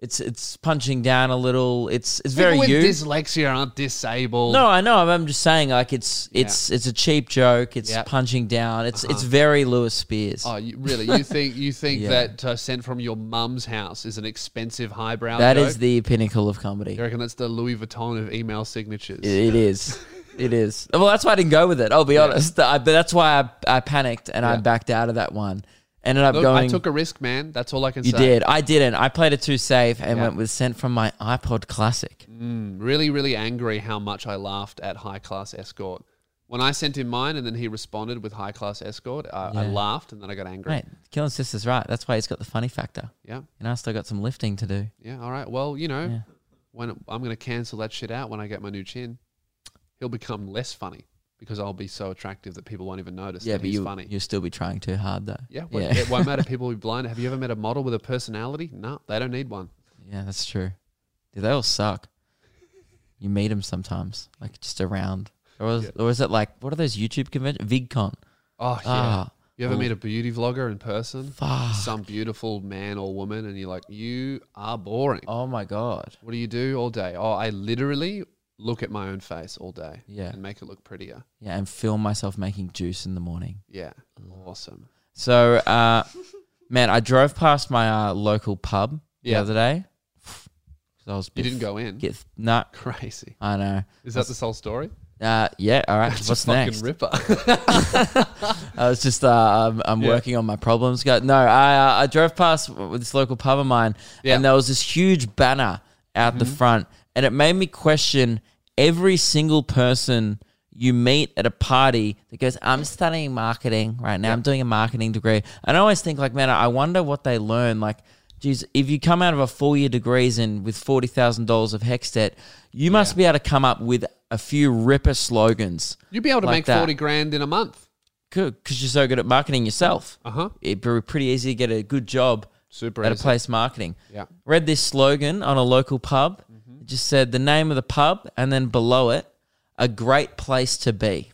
S2: it's it's punching down a little. It's it's very
S1: People with
S2: you.
S1: dyslexia aren't disabled.
S2: no, I know. I'm, I'm just saying, like it's it's it's a cheap joke. It's
S1: Yep. Uh-huh.
S2: punching down. It's it's very Lewis Spears.
S1: Oh, you, really? You think you think
S2: Yeah.
S1: that uh, sent from your mum's house is an expensive highbrow?
S2: that
S1: joke?
S2: is the pinnacle of comedy.
S1: You reckon that's the Louis Vuitton of email signatures?
S2: It is. It is. Well, that's why I didn't go with it. I'll be honest. I, but that's why I, I panicked and I backed out of that one. Ended up
S1: Look,
S2: going.
S1: I took a risk, man. That's all I can
S2: you
S1: say.
S2: did. I didn't. I played it too safe and
S1: Yeah. Mm.
S2: went with sent from my iPod Classic.
S1: Really, really angry how much I laughed at high class escort. When I sent him mine and then he responded with high class escort, I, I
S2: Yeah.
S1: laughed and then I got angry.
S2: Right. Killing Sister's right. That's why he's got the funny factor.
S1: Yeah,
S2: And I still got some lifting to do.
S1: yeah. All right. Well, you know,
S2: Yeah.
S1: when I'm going to cancel that shit out when I get my new chin, he'll become less funny because I'll be so attractive that people won't even notice.
S2: Yeah,
S1: that
S2: but
S1: he's
S2: you,
S1: funny.
S2: you'll still be trying too hard, though.
S1: Yeah, well,
S2: Yeah.
S1: it won't matter. People will be blind. Have you ever met a model with a personality? No, they don't need one.
S2: Yeah, that's true. Dude, they all suck. You meet them sometimes, like just around. Or is, or is it like, what are those YouTube conventions? VidCon.
S1: Oh, yeah.
S2: Ah,
S1: you ever meet a beauty vlogger in person?
S2: Fuck.
S1: Some beautiful man or woman, and you're like, you are boring.
S2: Oh my God.
S1: What do you do all day? Oh, I literally look at my own face all day
S2: Yeah.
S1: and make it look prettier.
S2: Yeah, and film myself making juice in the morning.
S1: Yeah, awesome.
S2: So, uh, man, I drove past my uh, local pub the
S1: Yeah.
S2: other day. 'Cause I was
S1: You didn't go in.
S2: Get, nah,
S1: Crazy.
S2: I know.
S1: Is that the sole story?
S2: Uh, yeah, all right.
S1: It's
S2: What's
S1: a fucking
S2: next?
S1: ripper.
S2: I was just uh, I'm, I'm
S1: Yeah.
S2: working on my problems. Go- No, I uh, I drove past with this local pub of mine,
S1: Yeah. Mm-hmm.
S2: and there was this huge banner out the front, and it made me question every single person you meet at a party that goes, "I'm studying marketing right now. I'm doing a marketing degree," and I always think like, man, I wonder what they learn. Like, geez, if you come out of a four year degrees and with forty thousand dollars of hex debt, you must be able to come up with a few ripper slogans.
S1: You'd be able to
S2: Like
S1: make
S2: that.
S1: 40 grand in a month.
S2: Good, because you're so good at marketing yourself.
S1: Uh huh.
S2: It'd be pretty easy to get a good job
S1: Super
S2: at
S1: easy.
S2: a place marketing.
S1: Yeah. Mm-hmm.
S2: Read this slogan on a local pub. It just said the name of the pub and then below it, a great place to be.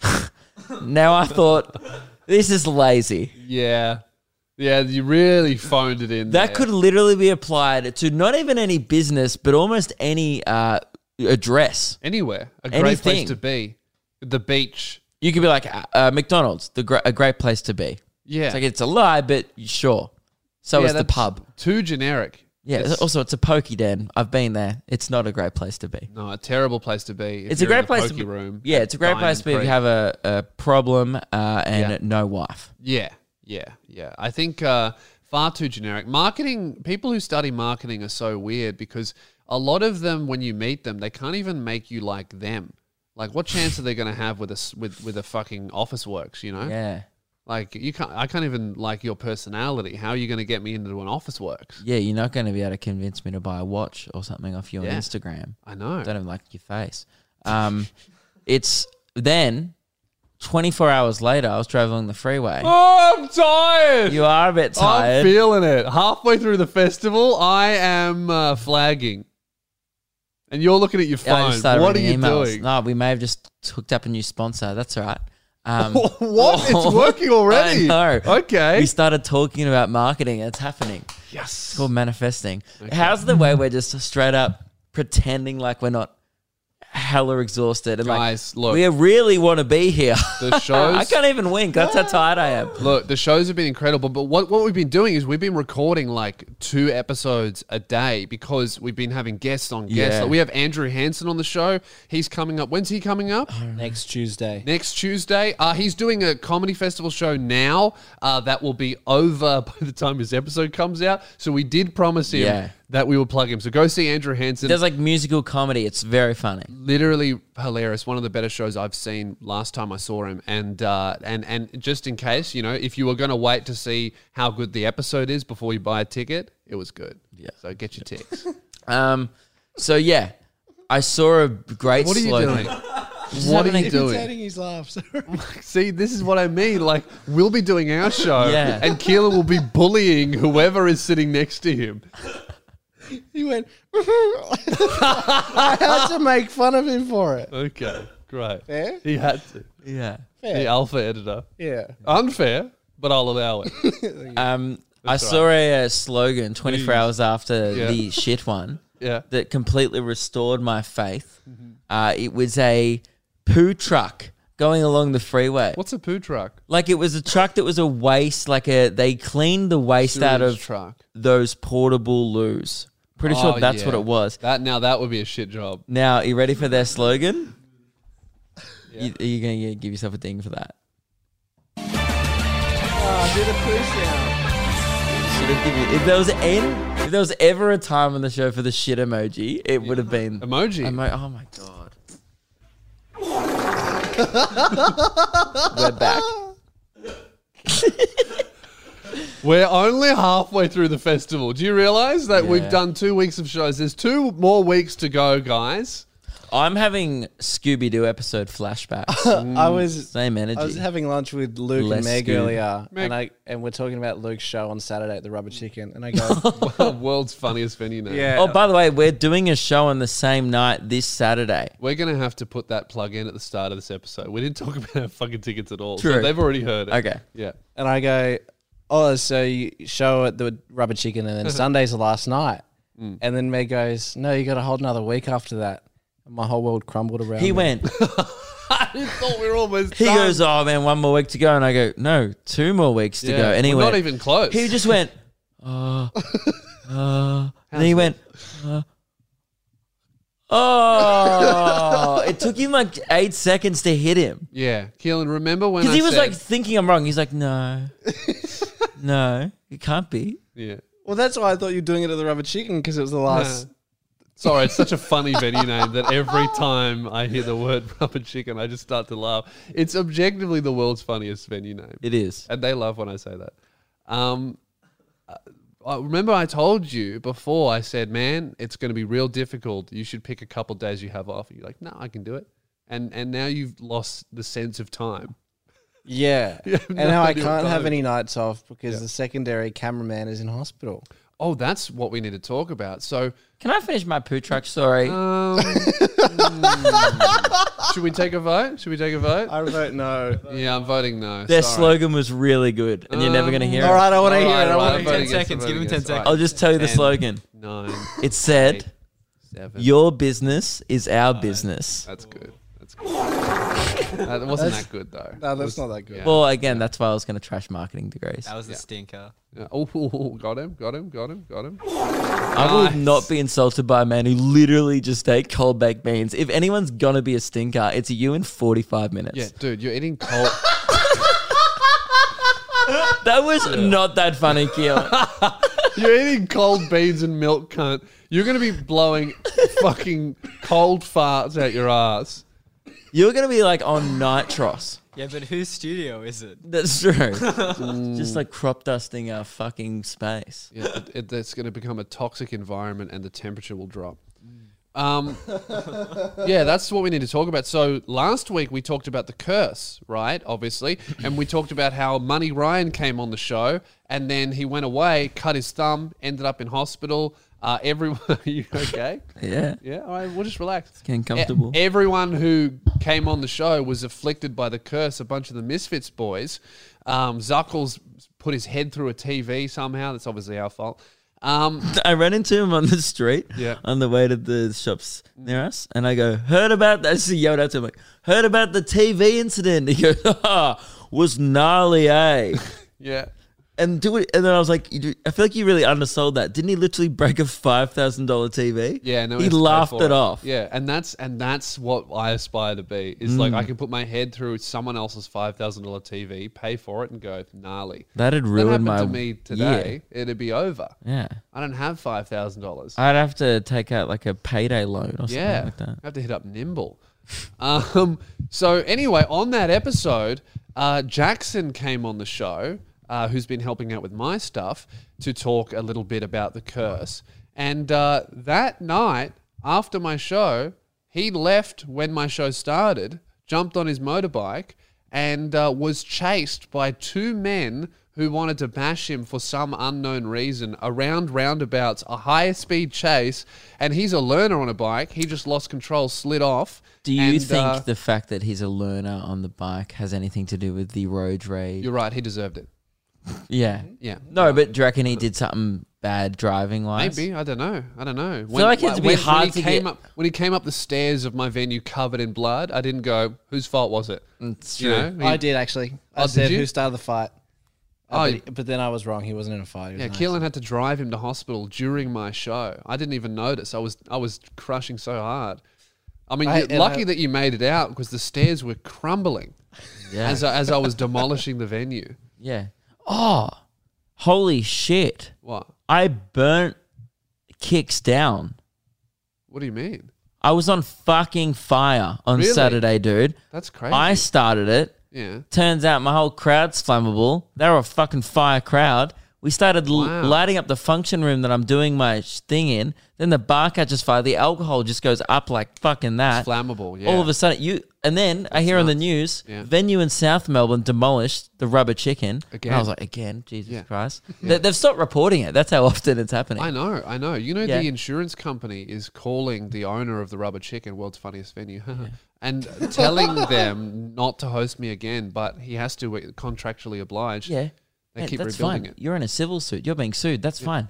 S2: now I thought, this is lazy.
S1: Yeah. Yeah, you really phoned it in.
S2: That
S1: there.
S2: could literally be applied to not even any business, but almost any uh, address.
S1: anywhere. A great
S2: Anything.
S1: place to be. The beach.
S2: You could be like uh, uh, McDonald's, the gre- a great place to be.
S1: Yeah.
S2: It's like it's a lie, but sure. So
S1: yeah,
S2: is the
S1: that's
S2: pub.
S1: Too generic.
S2: Yeah.
S1: It's-
S2: also, it's a pokey den. I've been there. It's not a great place to be.
S1: no, a terrible place to be. if
S2: It's a
S1: you're in
S2: great place to
S1: pokey
S2: be.
S1: room.
S2: Yeah, it's a great
S1: Diamond
S2: place to be if you
S1: Creek.
S2: have a, a problem uh, and
S1: Yeah.
S2: no wife.
S1: Yeah, yeah, yeah. I think uh, far too generic. Marketing people who study marketing are so weird because a lot of them, when you meet them, they can't even make you like them. Like, what chance are they going to have with a s- with with a fucking Office Works? You know,
S2: Yeah.
S1: like you can't. I can't even like your personality. How are you going to get me into an Office Works?
S2: Yeah, you're not going to be able to convince me to buy a watch or something off you on
S1: Yeah.
S2: Instagram.
S1: I know.
S2: Don't even like your face. Um, it's then 24 hours later, I was driving along the freeway.
S1: Oh, I'm tired.
S2: You are a bit
S1: I'm
S2: tired.
S1: feeling it. Halfway through the festival, I am uh, flagging. And you're looking at your
S2: Yeah, I
S1: phone.
S2: just started
S1: what are you
S2: reading emails.
S1: doing?
S2: No, we may have just hooked up a new sponsor. That's all right. Um,
S1: what? It's working already.
S2: I know.
S1: Okay.
S2: We started talking about marketing. It's happening.
S1: yes.
S2: It's called manifesting. How's the way we're just straight up pretending like we're not hella exhausted. And
S1: Guys,
S2: like,
S1: look.
S2: we really want to be here.
S1: The shows-
S2: I can't even wink. That's how tired I am.
S1: Look, the shows have been incredible, but what, what we've been doing is we've been recording like two episodes a day because we've been having guests on guests.
S2: Yeah.
S1: Like, we have Andrew Hansen on the show. He's coming up. When's he coming up?
S4: Next Tuesday.
S1: Next Tuesday. Uh, he's doing a comedy festival show now. Uh, that will be over by the time this episode comes out. So we did promise him
S2: Yeah.
S1: that we would plug him. So go see Andrew Hansen.
S2: There's like musical comedy. It's very funny.
S1: literally hilarious. One of the better shows I've seen last time I saw him. And uh, and and just in case, you know, if you were going to wait to see how good the episode is before you buy a ticket, it was good. Yeah. So get your ticks.
S2: Um, so yeah, I saw a great
S1: what are you
S2: slogan.
S1: doing? what are
S2: having
S1: you
S2: a-
S1: doing?
S4: his laughs.
S1: See, this is what I mean. Like, we'll be doing our show,
S2: Yeah.
S1: and Keelan will be bullying whoever is sitting next to him.
S4: he went. I had to make fun of him for it.
S1: Okay, great.
S4: Fair?
S1: He had to.
S2: Yeah.
S1: The alpha editor.
S4: Yeah.
S1: Unfair, but I'll allow it.
S2: Um, I saw a, uh slogan 24 hours after
S1: Mm. Yeah.
S2: the shit one
S1: Yeah.
S2: that completely restored my faith.
S1: Mm-hmm.
S2: Uh, it was a poo truck going along the freeway.
S1: What's a poo truck?
S2: Like it was a truck that was a waste, like a they cleaned the waste out
S1: Sewage
S2: of
S1: truck.
S2: those portable loos. Pretty sure
S1: Oh,
S2: that's
S1: yeah.
S2: what it was.
S1: That now that would be a shit job.
S2: Now, you ready for their slogan? You, are you going to give yourself a ding for that?
S1: Ah,
S2: Should have given you- If there was any, if there was ever a time on the show for the shit emoji, it would have been
S1: Emoji.
S2: Emo- oh my god! We're back.
S1: We're only halfway through the festival. Do you realize that we've
S2: Yeah.
S1: done two weeks of shows? There's two more weeks to go, guys.
S2: I'm having Scooby Doo episode flashbacks.
S4: I was.
S2: Mm, Same
S4: I was
S2: energy.
S4: having lunch with Luke
S2: Less
S4: and Meg
S2: good.
S4: earlier,
S1: Meg.
S4: and I and we're talking about Luke's show on Saturday at the Rubber Chicken, and I go,
S1: World's funniest venue name.
S4: yeah,
S2: Oh, by the way, we're doing a show on the same night this Saturday.
S1: We're gonna have to put that plug in at the start of this episode. We didn't talk about our fucking tickets at all. So
S2: True.
S1: they've already heard it.
S2: Okay.
S1: Yeah.
S4: and I go, oh, so you show at the Rubber Chicken, and then Sunday's the last night,
S2: Mm.
S4: and then Meg goes, no, you got to hold another week after that. And my whole world crumbled around.
S2: He
S4: me.
S2: went.
S1: I thought we were almost
S2: He
S1: done.
S2: goes, oh man, one more week to go, and I go, no, two more weeks to
S1: Yeah,
S2: go.
S1: we're
S2: Anyway,
S1: not even close.
S2: He just went, uh, uh, and then he went, uh, oh. it took him like eight seconds to hit him
S1: Yeah. Keelan, remember when I
S2: because he was
S1: said-
S2: like thinking I'm wrong. He's like, no, no, it can't be.
S1: Yeah.
S4: Well, that's why I thought you were doing it at the Rubber Chicken because it was the last.
S1: Sorry, it's such a funny venue name that every time I hear the word rubber chicken, I just start to laugh. It's objectively the world's funniest venue name.
S2: It is.
S1: And they love when I say that. Um, I remember I told you before, I said, man, it's going to be real difficult. You should pick a couple days you have off. And you're like, no, I can do it. And, and now you've lost the sense of time.
S4: Yeah.
S1: have
S4: and
S1: no
S4: now I
S1: idea what
S4: can't have
S1: time.
S4: any nights off because the secondary cameraman is in hospital.
S1: Oh, that's what we need to talk about. So,
S2: Can I finish my poo truck story?
S1: um, mm. should we take a vote? Should we take a vote?
S4: I vote no.
S1: Yeah, I'm voting no.
S2: Their
S1: Sorry.
S2: slogan was really good, and you're never gonna hear
S4: Uh, All right,
S2: it.
S4: I want to
S1: All
S4: hear
S1: right,
S4: it. I
S1: all
S4: want
S1: right, I'm
S4: to hear it.
S1: voting against,
S3: seconds,
S1: I'm
S3: give him
S1: voting
S3: 10
S1: against. All
S2: I'll just tell you the
S1: Ten.
S2: slogan.
S1: Nine,
S2: It said,
S1: seven.
S2: "Your business is our business."
S1: That's good. That's good. that wasn't that good though.
S4: No, that's not that good.
S1: Yeah.
S2: Well, again, that's why I was going to trash marketing degrees.
S3: That was a stinker.
S1: Yeah. Oh, oh, oh, got him, got him, got him, got him.
S2: I will not be insulted by a man who literally just ate cold baked beans. If anyone's going to be a stinker, it's you in 45 minutes.
S1: Yeah, dude, you're eating cold.
S2: That was not that funny, Keelan.
S1: you're eating cold beans and milk, cunt. You're gonna be blowing fucking cold farts out your ass.
S2: You're going to be like on nitros.
S3: Yeah, but whose studio is it?
S2: That's true. just like crop dusting our fucking space.
S1: Yeah, it, it, it's gonna become a toxic environment, and the temperature will drop. Um, yeah, that's what we need to talk about. So last week we talked about the curse, right? Obviously, and we talked about how Money Ryan came on the show, and then he went away, cut his thumb, ended up in hospital. Uh, everyone, are you okay?
S2: Yeah.
S1: Yeah, all right, we'll just relax.
S2: Getting comfortable.
S1: E- everyone who came on the show was afflicted by the curse. A bunch of the Misfits boys. Um, Zuckles put his head through a TV somehow. That's obviously our fault. Um,
S2: I ran into him on the street
S1: Yeah.
S2: on the way to the shops near us, and I go, "Heard about that?" I just yelled out to him, "Like, heard about the TV incident?" He goes, "Ah, was gnarly, eh?"
S1: yeah.
S2: and do it, and then I was like, you do, "I feel like you really undersold that." Didn't he literally break a five thousand dollar TV?
S1: Yeah, no, one
S2: he
S1: has to pay
S2: laughed
S1: for
S2: it off.
S1: Yeah, and that's and that's what I aspire to be. Is
S2: Mm.
S1: like I can put my head through someone else's five thousand dollar TV, pay for it, and go gnarly.
S2: That'd
S1: If that
S2: ruin
S1: happened
S2: my
S1: to me today, it'd be over.
S2: Yeah.
S1: I don't have five thousand dollars.
S2: I'd have to take out like a payday loan or something
S1: Yeah,
S2: like that.
S1: I have to hit up Nimble. um, so anyway, on that episode, uh, Jackson came on the show, uh, who's been helping out with my stuff, to talk a little bit about the curse. And uh, that night after my show, he left when my show started, jumped on his motorbike, and uh, was chased by two men who wanted to bash him for some unknown reason around roundabouts, a high speed chase. And he's a learner on a bike. He just lost control, slid off.
S2: Do you
S1: and,
S2: think
S1: uh,
S2: the fact that he's a learner on the bike has anything to do with the road rage?
S1: You're right. He deserved it.
S2: Yeah.
S1: Mm-hmm. Yeah.
S2: No, but do you reckon he did something bad driving wise?
S1: Maybe I don't know. I don't know. When,
S2: like it'd be hard
S1: he
S2: to
S1: came
S2: get-
S1: up when he came up the stairs of my venue covered in blood. I didn't go. Whose fault was it?
S2: Mm, It's
S1: You
S2: true.
S1: know,
S4: I
S1: he-
S4: did actually.
S1: Oh,
S4: I
S1: did
S4: said
S1: you?
S4: who started the fight.
S1: Oh,
S4: Oh, but,
S1: you-
S4: but then I was wrong. He wasn't in a fight. He was
S1: Yeah,
S4: nice.
S1: Keelan had to drive him to hospital during my show. I didn't even notice. I was I was crushing so hard. I mean,
S4: I-
S1: you're
S4: and
S1: lucky
S4: I-
S1: that you made it out because the stairs were crumbling
S2: Yeah.
S1: as I, as I was demolishing the venue.
S2: yeah. Oh, holy shit.
S1: What?
S2: I burnt kicks down.
S1: What do you mean?
S2: I was on fucking fire on
S1: Really?
S2: Saturday, dude.
S1: That's crazy.
S2: I started it.
S1: yeah.
S2: Turns out my whole crowd's flammable. They were a fucking fire crowd. We started l-
S1: Wow.
S2: lighting up the function room that I'm doing my sh- thing in. Then the bar catches fire. The alcohol just goes up like fucking that.
S1: Flammable. Yeah.
S2: All of a sudden, you and then I hear on the news
S1: Yeah.
S2: venue in South Melbourne demolished the Rubber Chicken.
S1: Again.
S2: and I was like, again, Jesus
S1: Yeah.
S2: Christ! They, have stopped reporting it. That's how often it's happening.
S1: I know, I know. You know,
S2: Yeah.
S1: the insurance company is calling the owner of the Rubber Chicken, world's funniest venue, and telling them not to host me again, but he has to uh, contractually obliged.
S2: Yeah,
S1: They
S2: Yeah,
S1: keep
S2: that's
S1: rebuilding
S2: fine.
S1: it.
S2: You're in a civil suit. You're being sued. That's fine.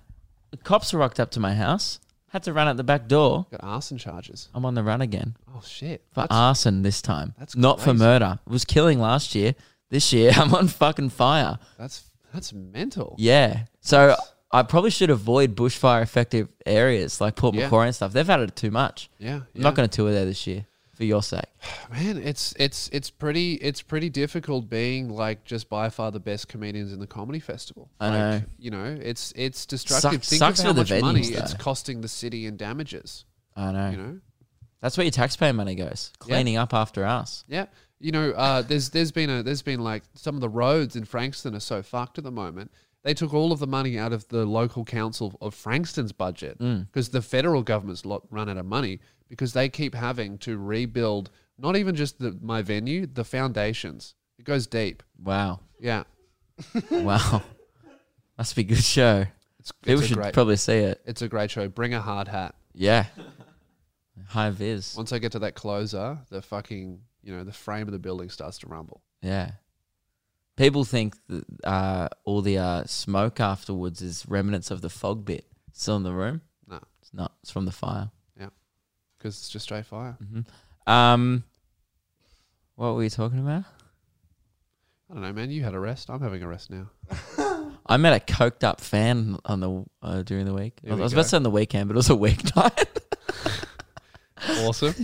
S2: The cops rocked up to my house. Had to run out the back door.
S1: Got arson charges.
S2: I'm on the run again.
S1: Oh shit!
S2: for
S1: That's-
S2: arson this time.
S1: that's
S2: not for
S1: crazy.
S2: murder. It was killing last year. This year I'm on fucking fire.
S1: That's that's mental.
S2: Yeah. So I probably should avoid bushfire effective areas like Port
S1: Yeah.
S2: Macquarie and stuff. They've had it too much.
S1: Yeah,
S2: I'm not
S1: yeah.
S2: going to tour there this year for your sake.
S1: man, it's it's it's pretty it's pretty difficult being like just by far the best comedians in the comedy festival.
S2: I
S1: Like,
S2: know.
S1: You know, it's it's destructive.
S2: Sucks-
S1: Think
S2: sucks
S1: of how
S2: for the
S1: much money
S2: venues,
S1: it's
S2: though.
S1: costing the city in damages.
S2: I know.
S1: You know.
S2: That's where your taxpayer money goes. Cleaning up after us.
S1: Yeah. You know, uh, there's there's been a there's been like some of the roads in Frankston are so fucked at the moment. They took all of the money out of the local council of Frankston's budget because the federal government's lot run out of money because they keep having to rebuild not even just the, my venue, the foundations. It goes deep.
S2: Wow.
S1: Yeah.
S2: Wow. Must be a good show.
S1: It's,
S2: People
S1: it's a
S2: should
S1: great
S2: probably see it.
S1: it's a great show. Bring a hard hat.
S2: Yeah. High viz.
S1: Once I get to that closer, the fucking you know, the frame of the building starts to rumble.
S2: Yeah. People think that, uh, all the uh, smoke afterwards is remnants of the fog bit still in the room.
S1: No.
S2: It's not. It's from the fire.
S1: Because it's just straight fire.
S2: Um, what were you talking about?
S1: I don't know, man. You had a rest. I'm having a rest now.
S2: I met a coked up fan on the uh, during the week. I
S1: we
S2: was
S1: go.
S2: about to say on the weekend, but it was a weeknight.
S1: Awesome.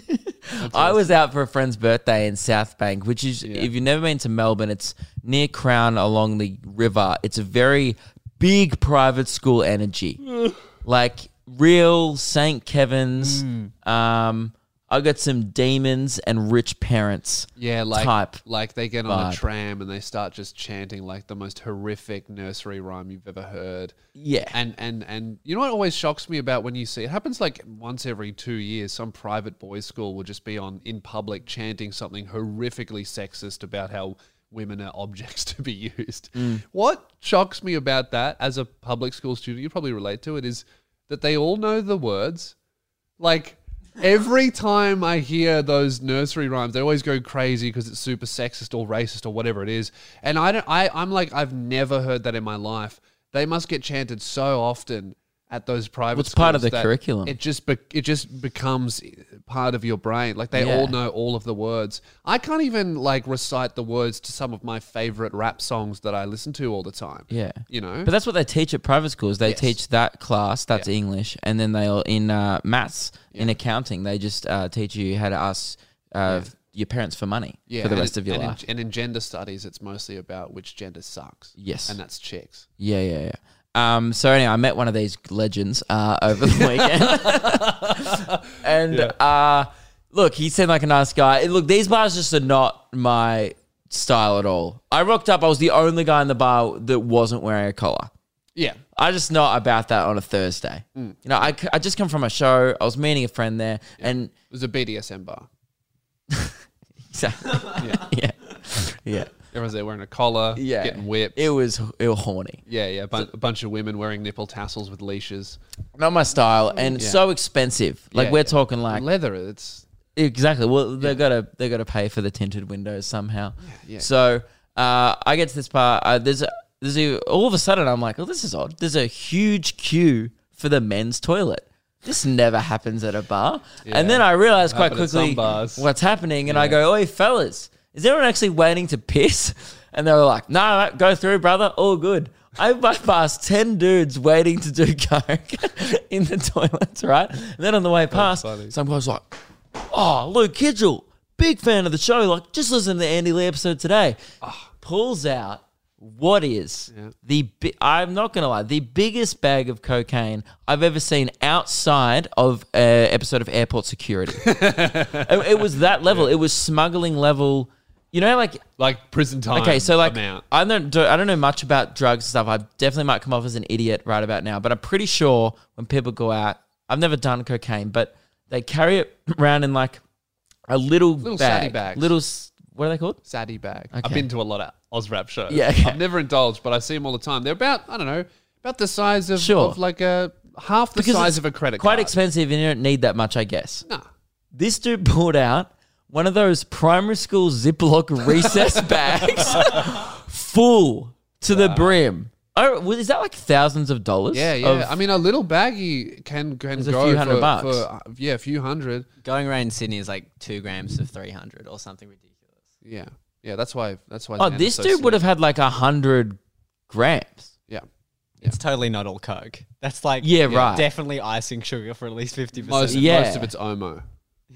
S2: I was out for a friend's birthday in South Bank, which is
S1: Yeah.
S2: if you've never been to Melbourne, it's near Crown along the river. It's a very big private school energy, like real St. Kevin's.
S1: Mm.
S2: Um, I got some demons and rich parents.
S1: Yeah, like
S2: type
S1: like they get on
S2: vibe.
S1: a tram and they start just chanting like the most horrific nursery rhyme you've ever heard.
S2: Yeah.
S1: And and and you know what always shocks me about when you see it happens like once every 2 years some private boys school will just be on in public chanting something horrifically sexist about how women are objects to be used.
S2: Mm.
S1: What shocks me about that as a public school student, you probably relate to it is that they all know the words like every time I hear those nursery rhymes, they always go crazy because it's super sexist or racist or whatever it is. And I don't, I, I'm like, I've never heard that in my life. They must get chanted so often at those private
S2: Well, it's part of
S1: schools
S2: the
S1: that
S2: curriculum.
S1: It just be- it just becomes part of your brain. Like they
S2: Yeah.
S1: all know all of the words. I can't even like recite the words to some of my favorite rap songs that I listen to all the time.
S2: Yeah.
S1: You know?
S2: But that's what they teach at private schools. They teach that class, that's English, and then they'll in uh, maths, in accounting, they just uh, teach you how to ask uh, f- your parents for money for the
S1: and
S2: rest
S1: in-
S2: of your
S1: and in-
S2: life.
S1: and in gender studies, it's mostly about which gender sucks.
S2: Yes.
S1: And that's chicks.
S2: yeah, yeah, yeah. Um, so anyway, I met one of these legends uh, over the weekend, and uh, look, he seemed like a nice guy. And Look, these bars just are not my style at all. I rocked up. I was the only guy in the bar that wasn't wearing a collar.
S1: Yeah.
S2: I just not about that on a Thursday. You know, I, c- I just come from a show. I was meeting a friend there, and
S1: It was a BDSM bar.
S2: exactly, yeah, yeah, yeah.
S1: Everyone's there wearing a collar,
S2: yeah.
S1: getting whipped.
S2: It was it was horny,
S1: yeah, yeah. bun- a bunch of women wearing nipple tassels with leashes.
S2: not my style, and so expensive. Like
S1: Yeah,
S2: we're
S1: yeah.
S2: talking like
S1: Leather, it's
S2: Exactly. Well, they gotta they gotta pay for the tinted windows somehow. So uh, I get to this part. Uh, there's a, there's a, all of a sudden I'm like, oh, this is odd. There's a huge queue for the men's toilet. This never happens at a bar. And then I realize quite
S1: Happen at
S2: quickly
S1: some bars.
S2: what's happening, and I go, "Oi, fellas, is anyone actually waiting to piss?" And they were like, "No, nah, go through, brother. All good." I bypassed ten dudes waiting to do coke in the toilets, right? And then on the way past,
S1: funny.
S2: some guy's like, "Oh, Luke Kidgel, big fan of the show. Like, just listen to the Andy Lee episode today." Pulls out what is the bi- I'm not gonna lie the biggest bag of cocaine I've ever seen outside of an episode of Airport Security. it, it was that level. It was smuggling level. You know, like
S1: like prison time.
S2: okay, so like
S1: amount.
S2: I don't do, I don't know much about drugs and stuff. I definitely might come off as an idiot right about now, but I'm pretty sure when people go out, I've never done cocaine, but they carry it around in like a little
S1: Little
S2: bag,
S1: saddy bags.
S2: little s- what are they called?
S1: Saddy bag. I've
S2: Okay.
S1: been to a lot of Ozrap shows.
S2: Yeah, okay.
S1: I've never indulged, but I see them all the time. They're about I don't know about the size of,
S2: Sure.
S1: of like a half the size
S2: it's
S1: of a credit
S2: quite
S1: card.
S2: expensive, and you don't need that much, I guess.
S1: Nah.
S2: This dude pulled out one of those primary school Ziploc recess bags, full to the brim. Oh, well, is that like thousands of dollars?
S1: Yeah, yeah.
S2: of-
S1: I mean, a little baggy can can
S2: There's a
S1: go
S2: few hundred
S1: for,
S2: bucks.
S1: for, uh, yeah, a few hundred.
S3: Going around Sydney is like two grams of 300 or something ridiculous.
S1: Yeah, yeah. That's why. That's why.
S2: oh,
S1: Xander's
S2: this
S1: so
S2: dude
S1: slim.
S2: would have had like a hundred grams.
S1: Yeah,
S3: It's totally not all Coke. That's like
S2: Yeah, right.
S3: definitely icing sugar for at least 50%.
S1: most,
S2: Yeah.
S1: most of it's Omo.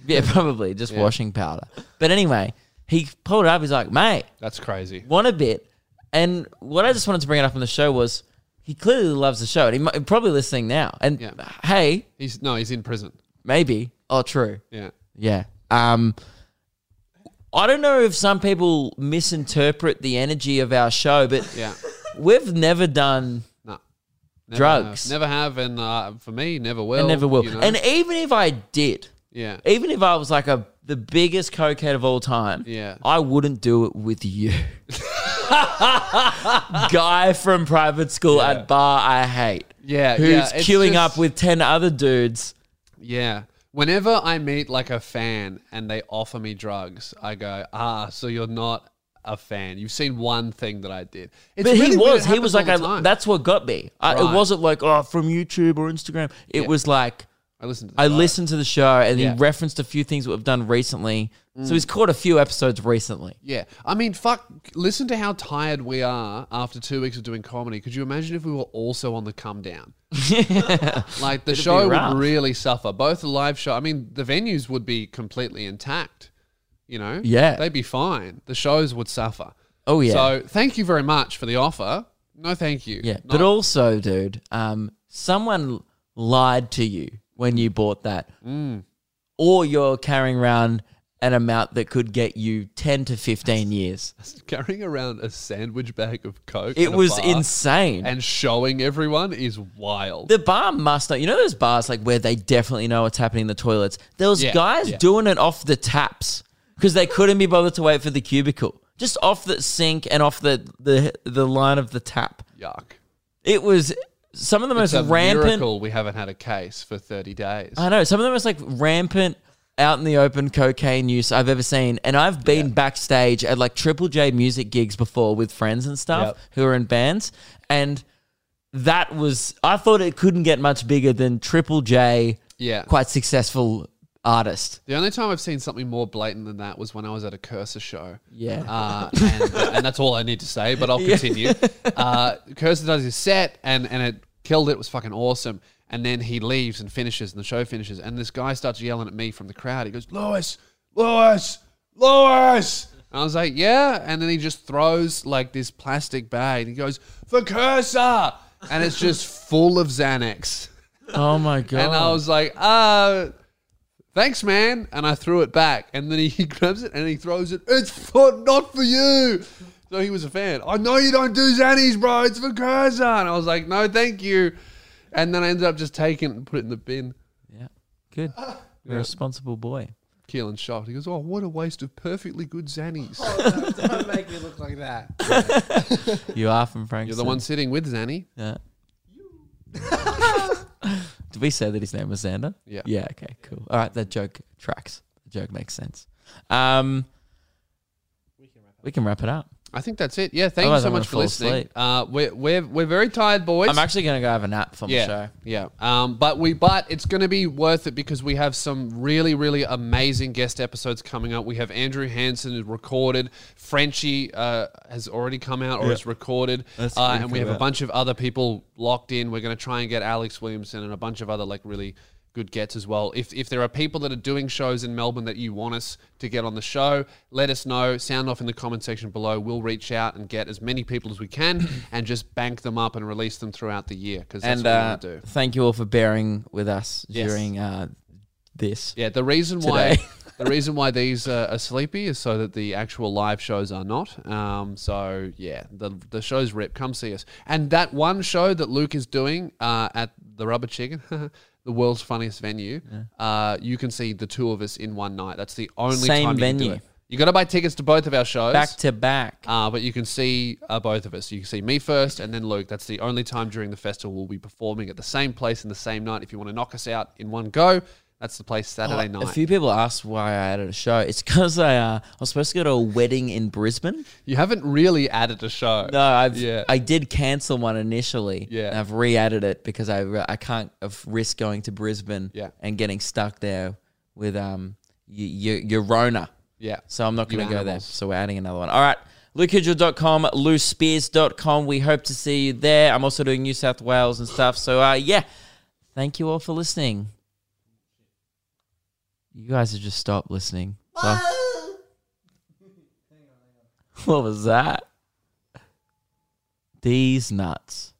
S2: Yeah, probably just washing powder. But anyway, he pulled it up. He's like, mate,
S1: That's crazy.
S2: want a bit. And what I just wanted to bring it up on the show was he clearly loves the show, and he might, probably listening now. And
S1: Yeah.
S2: hey,
S1: He's no, he's in prison.
S2: maybe. Oh, true.
S1: Yeah.
S2: Yeah. Um, I don't know if some people misinterpret the energy of our show, but
S1: Yeah.
S2: we've never done
S1: No. Never
S2: Drugs.
S1: have. Never have, and uh, for me, never will.
S2: and never will.
S1: you know?
S2: And even if I did,
S1: yeah,
S2: even if I was like a the biggest cokehead of all time,
S1: Yeah.
S2: I wouldn't do it with you. Guy from private school at bar I hate.
S1: Yeah,
S2: Who's
S1: yeah, it's
S2: queuing
S1: just-
S2: up with ten other dudes.
S1: yeah. Whenever I meet like a fan and they offer me drugs, I go, ah, so you're not a fan. You've seen one thing that I did. It's
S2: But
S1: really
S2: he
S1: weird. It
S2: was. He was
S1: happens all
S2: like,
S1: the
S2: I,
S1: time.
S2: that's what got me. I, It
S1: Right.
S2: wasn't like, oh, from YouTube or Instagram. It was like,
S1: I listened. To the
S2: I
S1: show.
S2: listened to the show and
S1: Yeah.
S2: he referenced a few things that we've done recently. So he's caught a few episodes recently.
S1: Yeah, I mean, fuck. Listen to how tired we are after two weeks of doing comedy. Could you imagine if we were also on the come down? like the show
S2: rough.
S1: would really suffer. Both the live show. I mean, the venues would be completely intact. You know.
S2: Yeah.
S1: They'd be fine. The shows would suffer.
S2: Oh, yeah.
S1: So thank you very much for the offer. No, thank you.
S2: Yeah.
S1: No,
S2: But also, dude, um, someone lied to you when you bought that. Or you're carrying around an amount that could get you 10 to 15 years.
S1: carrying around a sandwich bag of coke.
S2: It
S1: at a
S2: was
S1: bar
S2: insane.
S1: And showing everyone is wild.
S2: the bar must know. You know those bars like where they definitely know what's happening in the toilets. There was
S1: Yeah,
S2: guys
S1: yeah.
S2: doing it off the taps because they couldn't be bothered to wait for the cubicle, just off the sink and off the the the line of the tap.
S1: Yuck.
S2: It was some of the
S1: It's a
S2: most rampant.
S1: miracle we haven't had a case for thirty days.
S2: I know some of the most like rampant out in the open cocaine use I've ever seen, and I've been backstage at like Triple J music gigs before with friends and stuff
S1: Yep.
S2: who are in bands, and that was I thought it couldn't get much bigger than Triple J,
S1: Yeah.
S2: quite successful artist.
S1: The only time I've seen something more blatant than that was when I was at a Cursor show.
S2: Yeah.
S1: Uh, and, and that's all I need to say, but I'll continue. Uh, Cursor does his set and, and it killed it. It was fucking awesome. And then he leaves and finishes and the show finishes. And this guy starts yelling at me from the crowd. He goes, Lewis, Lewis, Lewis. And I was like, yeah. And then he just throws like this plastic bag and he goes, for Cursor. And it's just full of Xanax.
S2: Oh my god!
S1: And I was like, uh, thanks, man. And I threw it back. And then he, grabs it and he throws it. It's for not for you. So he was a fan. I know you don't do Zannies, bro. It's for Curzon. I was like, no, thank you. And then I ended up just taking it and put it in the bin.
S2: yeah, good. You're a responsible boy.
S1: Keelan shocked. He goes, oh, what a waste of perfectly good Zannies.
S4: Don't make me look like that.
S2: You are from Frankston.
S1: You're the one sitting with Zanny.
S2: Yeah. Did we say that his name was Xander?
S1: Yeah.
S2: Yeah. Okay. Cool. All right. That joke tracks. The joke makes sense. Um, we can wrap it up.
S1: I think that's it. Yeah, thank
S2: Otherwise
S1: you so
S2: I'm gonna
S1: much for
S2: fall
S1: listening.
S2: asleep.
S1: Uh, we're, we're, we're very tired, boys.
S2: I'm actually gonna go have a nap from
S1: yeah,
S2: the show.
S1: Yeah. Um, but we but it's going to be worth it because we have some really really amazing guest episodes coming up. We have Andrew Hansen who recorded, Frenchie uh, has already come out or is recorded, uh, and we have a bunch of other people locked in. We're going to try and get Alex Williamson and a bunch of other like really good gets as well. If if there are people that are doing shows in Melbourne that you want us to get on the show, let us know. Sound off in the comment section below. We'll reach out and get as many people as we can and just bank them up and release them throughout the year because that's
S2: And
S1: what
S2: uh,
S1: we want to do.
S2: thank you all for bearing with us
S1: Yes.
S2: during uh, this.
S1: Yeah, the reason why
S2: Today.
S1: the reason why these uh, are sleepy is so that the actual live shows are not. Um, so yeah, the the shows rip. Come see us. And that one show that Luke is doing uh, at the Rubber Chicken, the world's funniest venue. Uh, you can see the two of us in one night. That's the only
S2: Same
S1: time you can do
S2: venue.
S1: it. You got to buy tickets to both of our shows.
S2: Back to back.
S1: Uh, but you can see uh, both of us. You can see me first and then Luke. That's the only time during the festival we'll be performing at the same place in the same night. If you want to knock us out in one go, that's the place Saturday
S2: A
S1: night.
S2: few people asked why I added a show. It's because I uh, I was supposed to go to a wedding in Brisbane.
S1: you haven't really added a show.
S2: No, I've
S1: Yeah.
S2: I did cancel one initially.
S1: Yeah.
S2: and I've re-added it because I re- I can't of- risk going to Brisbane.
S1: Yeah.
S2: and getting stuck there with um your your Rona.
S1: Yeah.
S2: So I'm not
S1: You
S2: going to go there.
S1: animals.
S2: So we're adding another one. All right. LukeHidgel.com, LouSpears.com. We hope to see you there. I'm also doing New South Wales and stuff. So, uh, yeah, thank you all for listening. You guys have just stopped listening. So- what was that? These nuts.